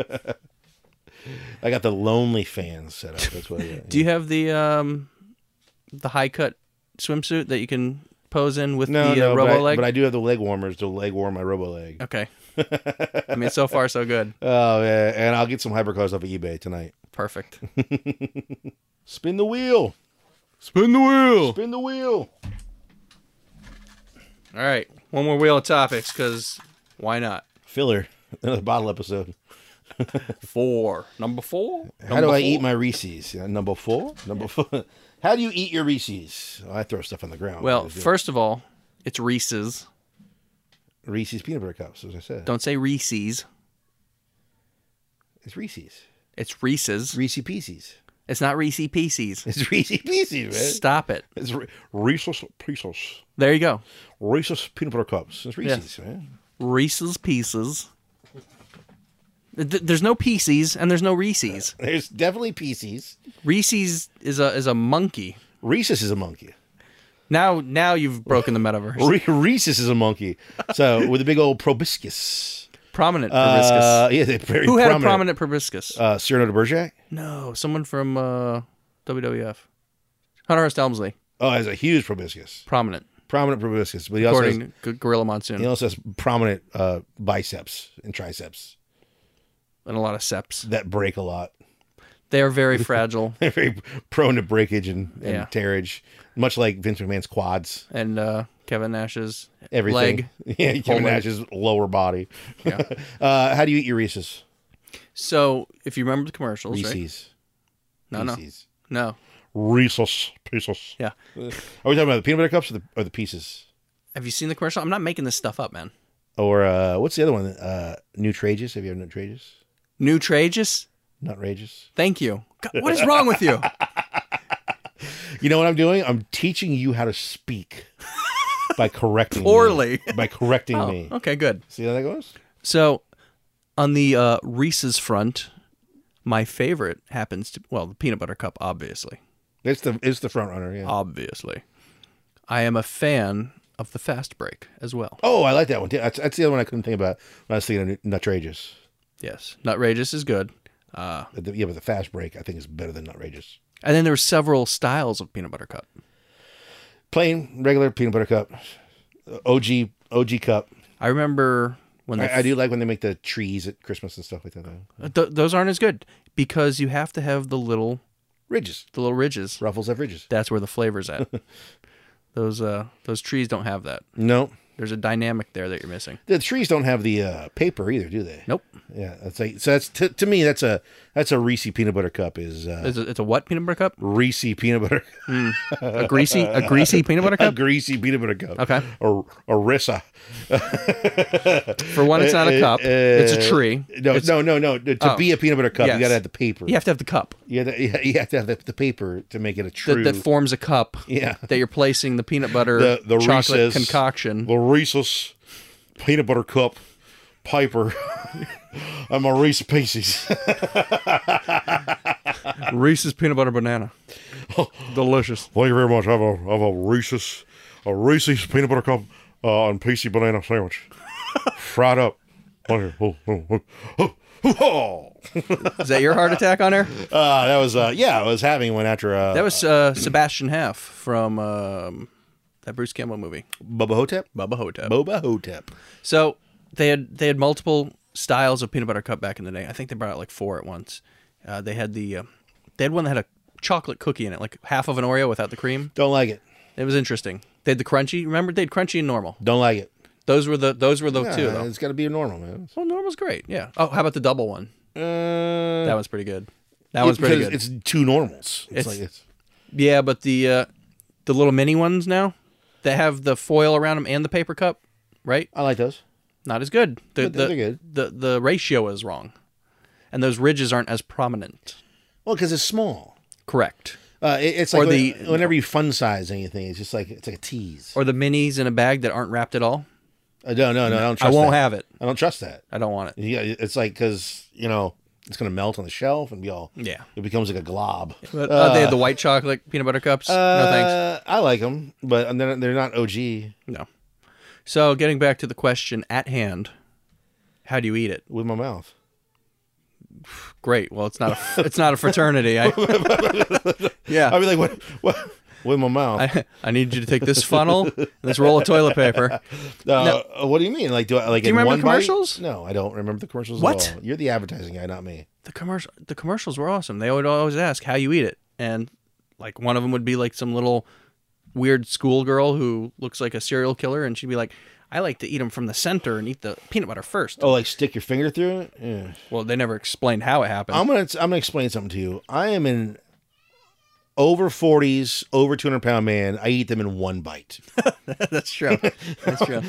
Speaker 4: I got the Lonely Fans set up. That's what I got.
Speaker 2: Do you have the um the high cut swimsuit that you can pose in with
Speaker 4: no,
Speaker 2: the
Speaker 4: no,
Speaker 2: uh,
Speaker 4: but,
Speaker 2: robo
Speaker 4: I,
Speaker 2: leg?
Speaker 4: but I do have the leg warmers to leg warm my robo leg.
Speaker 2: Okay. I mean, so far so good.
Speaker 4: Oh, yeah. And I'll get some hypercars off of eBay tonight.
Speaker 2: Perfect.
Speaker 4: Spin the wheel.
Speaker 2: Spin the wheel.
Speaker 4: Spin the wheel.
Speaker 2: All right, one more wheel of topics because why not?
Speaker 4: Filler. Another bottle episode.
Speaker 2: Four. Number four.
Speaker 4: How
Speaker 2: Number
Speaker 4: do I
Speaker 2: four?
Speaker 4: eat my Reese's? Yeah, Number four? Number four. How do you eat your Reese's? Oh, I throw stuff on the ground.
Speaker 2: Well,
Speaker 4: That's it.
Speaker 2: first of all, it's Reese's.
Speaker 4: Reese's peanut butter cups, as I said.
Speaker 2: Don't say Reese's.
Speaker 4: It's Reese's.
Speaker 2: It's Reese's.
Speaker 4: Reese Pieces.
Speaker 2: It's not Reese Pieces.
Speaker 4: It's Reese Pieces, man.
Speaker 2: Stop it.
Speaker 4: It's Re- Reese's Pieces.
Speaker 2: There you go.
Speaker 4: Reese's peanut butter cups. It's Reese's, man.
Speaker 2: Reese's Pieces. Th- There's no Pieces and there's no Reese's.
Speaker 4: There's definitely Pieces.
Speaker 2: Reese's is a is a monkey.
Speaker 4: Reese's is a monkey.
Speaker 2: Now now you've broken the metaverse.
Speaker 4: Re- Reese's is a monkey. So, with a big old proboscis.
Speaker 2: Prominent proboscis.
Speaker 4: Uh, yeah, they're very
Speaker 2: Who had
Speaker 4: prominent.
Speaker 2: a prominent proboscis?
Speaker 4: Uh, Cyrano de Bergerac?
Speaker 2: no, someone from uh, WWF. Hunter S. Elmsley.
Speaker 4: Oh, has a huge proboscis.
Speaker 2: Prominent,
Speaker 4: Prominent proboscis. But he also has
Speaker 2: according to G- Gorilla Monsoon,
Speaker 4: He also has prominent uh, biceps and triceps
Speaker 2: and a lot of seps.
Speaker 4: that break a lot.
Speaker 2: They are very fragile.
Speaker 4: They're very prone to breakage and, and
Speaker 2: Yeah.
Speaker 4: tearage, much like Vince McMahon's quads.
Speaker 2: and uh, Kevin Nash's
Speaker 4: Everything.
Speaker 2: leg.
Speaker 4: Yeah,
Speaker 2: Whole
Speaker 4: Kevin
Speaker 2: leg.
Speaker 4: Nash's lower body.
Speaker 2: Yeah.
Speaker 4: uh, how do you eat your Reese's?
Speaker 2: So if you remember the commercials, right?
Speaker 4: Reese's.
Speaker 2: No, no,
Speaker 4: Reese's.
Speaker 2: no.
Speaker 4: Reese's. Pieces.
Speaker 2: Yeah.
Speaker 4: Are we talking about the peanut butter cups or the, or the pieces?
Speaker 2: Have you seen the commercial? I'm not making this stuff up, man.
Speaker 4: Or uh, what's the other one? Uh, Nutrageous. Have you ever Nutrageous?
Speaker 2: Nutrageous.
Speaker 4: Nutrageous.
Speaker 2: Thank you. God, what is wrong with you?
Speaker 4: You know what I'm doing? I'm teaching you how to speak. by correcting me.
Speaker 2: Poorly. Oh.
Speaker 4: by correcting me.
Speaker 2: Okay, good.
Speaker 4: See how that goes?
Speaker 2: So, on the uh, Reese's front, my favorite happens to well the peanut butter cup, obviously,
Speaker 4: It's the it's the front runner.
Speaker 2: Oh.
Speaker 4: Yeah.
Speaker 2: obviously. I am a fan of the fast break as well.
Speaker 4: oh, I like that one. too. That's, that's the other one I couldn't think about when I was thinking of Nutrageous.
Speaker 2: Yes, Nutrageous is good.
Speaker 4: But the- yeah, but the fast break I think is better than Nutrageous.
Speaker 2: And then there were several styles of peanut butter cup.
Speaker 4: Plain regular peanut butter cup, uh, OG OG cup.
Speaker 2: I remember when they
Speaker 4: I, I do like when they make the trees at Christmas and stuff like that. though.
Speaker 2: Th- those aren't as good because you have to have the little
Speaker 4: Ridges,
Speaker 2: the little ridges.
Speaker 4: ruffles have ridges.
Speaker 2: That's where the flavors at. those uh those trees don't have that.
Speaker 4: No,
Speaker 2: There's a dynamic there that you're missing.
Speaker 4: the trees don't have the uh, paper either, do they?
Speaker 2: Nope.
Speaker 4: Yeah, that's like so. That's to, to me. That's a that's a Reese peanut butter cup is uh,
Speaker 2: It's a, it's a what peanut butter cup?
Speaker 4: Reese peanut butter
Speaker 2: A greasy a greasy peanut butter
Speaker 4: a
Speaker 2: cup?
Speaker 4: greasy peanut butter cup.
Speaker 2: Okay.
Speaker 4: or Orissa. Uh,
Speaker 2: For one, it's not a cup. It's a tree.
Speaker 4: No, no, no, no. To
Speaker 2: Oh.
Speaker 4: be a peanut butter cup,
Speaker 2: Yes.
Speaker 4: you gotta have the paper.
Speaker 2: You have to have the cup
Speaker 4: you have to, you have, to have the, the paper to make it a
Speaker 2: that,
Speaker 4: true.
Speaker 2: that forms a cup.
Speaker 4: Yeah.
Speaker 2: That you're placing the peanut butter
Speaker 4: The- the
Speaker 2: chocolate
Speaker 4: Reese's-
Speaker 2: concoction.
Speaker 4: the Reese's peanut butter cup piper. I'm a Reese Pieces.
Speaker 2: Reese's peanut butter banana. Delicious.
Speaker 4: Thank you very much. I have a, I have a Reese's, a Reese's peanut butter cup uh, and PC banana sandwich, fried up. Thank you. Oh, oh, oh, oh, oh.
Speaker 2: Is that your heart attack on air?
Speaker 4: Uh, that was uh, yeah, I was having one after uh,
Speaker 2: That was uh, Sebastian Half from um, that Bruce Campbell movie,
Speaker 4: Bubba Hotep.
Speaker 2: Bubba Hotep.
Speaker 4: Boba Hotep.
Speaker 2: So they had they had multiple styles of peanut butter cup back in the day. I think they brought out like four at once. Uh, they had the uh, they had one that had a chocolate cookie in it, like half of an Oreo without the cream.
Speaker 4: Don't like it.
Speaker 2: It was interesting. They had the crunchy. Remember, they had crunchy and normal.
Speaker 4: Don't like it.
Speaker 2: Those were the those were the two
Speaker 4: Uh,
Speaker 2: though.
Speaker 4: it's got to be normal, man.
Speaker 2: Well, normal's great. Yeah. Oh, how about the double one?
Speaker 4: Uh,
Speaker 2: That one's pretty good. That one's pretty good.
Speaker 4: It's two normals. It's,
Speaker 2: It's-
Speaker 4: like it's
Speaker 2: Yeah, but the uh, the little mini ones now that have the foil around them and the paper cup, right?
Speaker 4: I like those.
Speaker 2: Not as good. The,
Speaker 4: But they're
Speaker 2: the,
Speaker 4: good.
Speaker 2: The the ratio is wrong, and those ridges aren't as prominent.
Speaker 4: Well, because it's small.
Speaker 2: Correct.
Speaker 4: Uh, it- it's
Speaker 2: Or
Speaker 4: like when-
Speaker 2: the-
Speaker 4: whenever you fun size anything, it's just like it's like a tease.
Speaker 2: Or the minis in a bag that aren't wrapped at all.
Speaker 4: Uh, no, no, no. I don't
Speaker 2: I
Speaker 4: trust.
Speaker 2: won't
Speaker 4: that.
Speaker 2: have it.
Speaker 4: I don't trust that.
Speaker 2: I don't want it.
Speaker 4: Yeah, it's like because you know it's gonna melt on the shelf and be all.
Speaker 2: Yeah.
Speaker 4: it becomes like a glob.
Speaker 2: But uh, they had the white chocolate peanut butter cups. no thanks.
Speaker 4: Uh, I like them, but and they're, they're not OG
Speaker 2: No. So getting back to the question at hand, how do you eat it?
Speaker 4: with my mouth.
Speaker 2: Great. Well, it's not a it's not a fraternity. I, yeah.
Speaker 4: I mean, like what? What? With my mouth.
Speaker 2: Uh, I, I need you to take this funnel and this roll of toilet paper.
Speaker 4: uh, What do you mean? Like, do I like?
Speaker 2: Do you
Speaker 4: in
Speaker 2: remember
Speaker 4: one
Speaker 2: the
Speaker 4: bite?
Speaker 2: commercials?
Speaker 4: No, I don't remember the commercials.
Speaker 2: What?
Speaker 4: At all. You're the advertising guy, not me.
Speaker 2: The commercial, the commercials were awesome. They would always ask how you eat it, and like one of them would be like some little weird schoolgirl who looks like a serial killer, and she'd be like, "I like to eat them from the center and eat the peanut butter first.
Speaker 4: Oh, like stick your finger through it. Yeah.
Speaker 2: Well, they never explained how it happened.
Speaker 4: I'm gonna I'm gonna explain something to you. I am an over 40s, over 200 pound man. I eat them in one bite.
Speaker 2: That's true. That's true.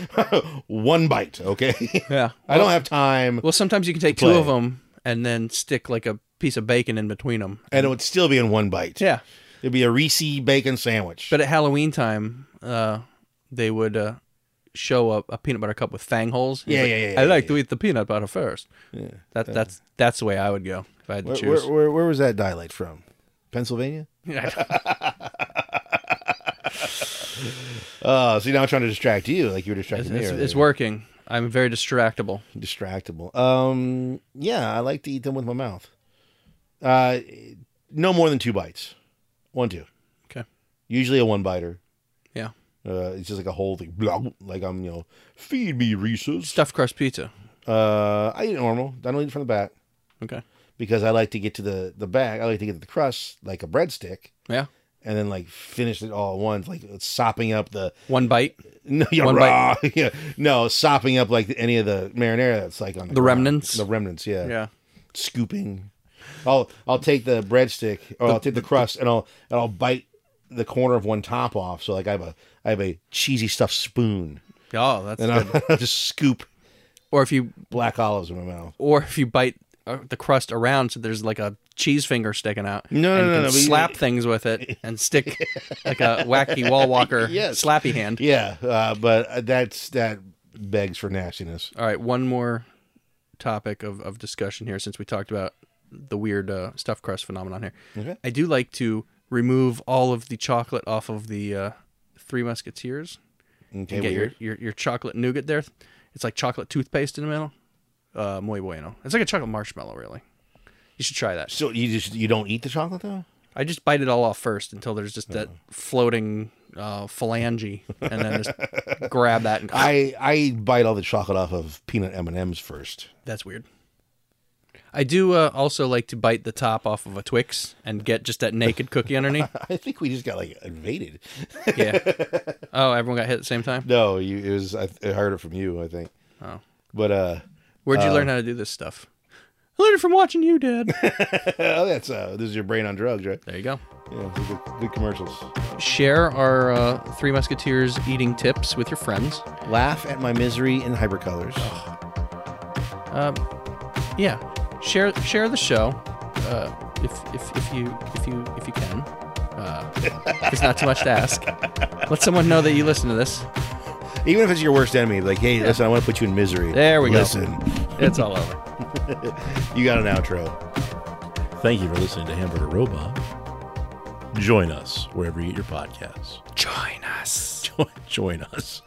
Speaker 4: one bite. Okay.
Speaker 2: Yeah.
Speaker 4: I don't have time,
Speaker 2: Well, sometimes you can take two
Speaker 4: Play.
Speaker 2: of them and then stick like a piece of bacon in between them.
Speaker 4: and it would still be in one bite.
Speaker 2: Yeah.
Speaker 4: It'd be a Reese bacon sandwich.
Speaker 2: But at Halloween time, uh, they would uh, show a, a peanut butter cup with fang holes. He's
Speaker 4: Yeah,
Speaker 2: like,
Speaker 4: yeah, yeah,
Speaker 2: I
Speaker 4: yeah,
Speaker 2: like
Speaker 4: yeah.
Speaker 2: to eat the peanut butter first. Yeah, that, that's that's the way I would go if I had to
Speaker 4: where,
Speaker 2: choose.
Speaker 4: where, where, where was that dialect from? Pennsylvania. Uh, so now I'm trying to distract you, like you were
Speaker 2: it's,
Speaker 4: distracting me.
Speaker 2: it's-
Speaker 4: earlier.
Speaker 2: it's working. I'm very distractible.
Speaker 4: distractible. Um, yeah, I like to eat them with my mouth. Uh, no more than two bites. One, two.
Speaker 2: Okay.
Speaker 4: Usually a one biter.
Speaker 2: Yeah.
Speaker 4: Uh, it's just like a whole thing, blah, like I'm, you know, feed me Reese's.
Speaker 2: Stuffed crust pizza.
Speaker 4: Uh, I eat it normal. I don't eat it from the back
Speaker 2: Okay.
Speaker 4: because I like to get to the the back. I like to get to the crust like a breadstick,
Speaker 2: Yeah.
Speaker 4: and then like finish it all at once, like sopping up the
Speaker 2: One bite.
Speaker 4: no, yeah,
Speaker 2: One
Speaker 4: raw, yeah, no, sopping up like any of the marinara that's like on the, ground.
Speaker 2: remnants?
Speaker 4: the remnants, yeah,
Speaker 2: Yeah.
Speaker 4: scooping. I'll I'll take the breadstick or I'll take the crust and I'll and I'll bite the corner of one top off. So like I have a I have a cheesy stuffed spoon
Speaker 2: Oh, that's
Speaker 4: and
Speaker 2: good.
Speaker 4: I'll, I'll just scoop
Speaker 2: Or if you
Speaker 4: black olives in my mouth.
Speaker 2: or if you bite uh, the crust around, so there's like a cheese finger sticking out.
Speaker 4: No,
Speaker 2: and
Speaker 4: no,
Speaker 2: you
Speaker 4: no,
Speaker 2: can
Speaker 4: no, but you-
Speaker 2: slap things with it and stick like a wacky wall walker
Speaker 4: Yes.
Speaker 2: slappy hand.
Speaker 4: Yeah, uh, but uh, that's that begs for nastiness.
Speaker 2: All right, one more topic of, of discussion here since we talked about the weird uh, stuffed crust phenomenon here.
Speaker 4: Okay.
Speaker 2: I do like to remove all of the chocolate off of the uh, Three Musketeers
Speaker 4: Okay,
Speaker 2: and get your,
Speaker 4: weird.
Speaker 2: your, your chocolate nougat there. It's like chocolate toothpaste in the middle. Uh, muy bueno. It's like a chocolate marshmallow, really. You should try that.
Speaker 4: So you just you don't eat the chocolate though?
Speaker 2: I just bite it all off first until there's just that floating uh, phalange, and then just grab that. And
Speaker 4: I I bite all the chocolate off of peanut M and M's first.
Speaker 2: That's weird. I do uh, also like to bite the top off of a Twix and get just that naked cookie underneath.
Speaker 4: I think we just got like invaded.
Speaker 2: Yeah. Oh, everyone got hit at the same time.
Speaker 4: No, you it was I, I heard it from you. I think.
Speaker 2: Oh.
Speaker 4: But uh,
Speaker 2: Where'd you learn how to do this stuff? I learned it from watching you, Dad.
Speaker 4: oh, that's uh, this is your brain on drugs, right?
Speaker 2: There you go.
Speaker 4: Yeah, it's good, good commercials.
Speaker 2: Share our uh, Three Musketeers eating tips with your friends.
Speaker 4: Laugh at my misery in hypercolors.
Speaker 2: Yeah, share share the show uh, if, if if you if you if you can. Uh, it's not too much to ask. Let someone know that you listen to this.
Speaker 4: Even if it's your worst enemy, like, hey, listen, I want to put you in misery.
Speaker 2: There we go.
Speaker 4: listen, go. Listen,
Speaker 2: It's all over.
Speaker 4: you got an outro.
Speaker 1: Thank you for listening to Hamburger Robot. Join us wherever you get your podcasts.
Speaker 2: Join us.
Speaker 1: Join, join us.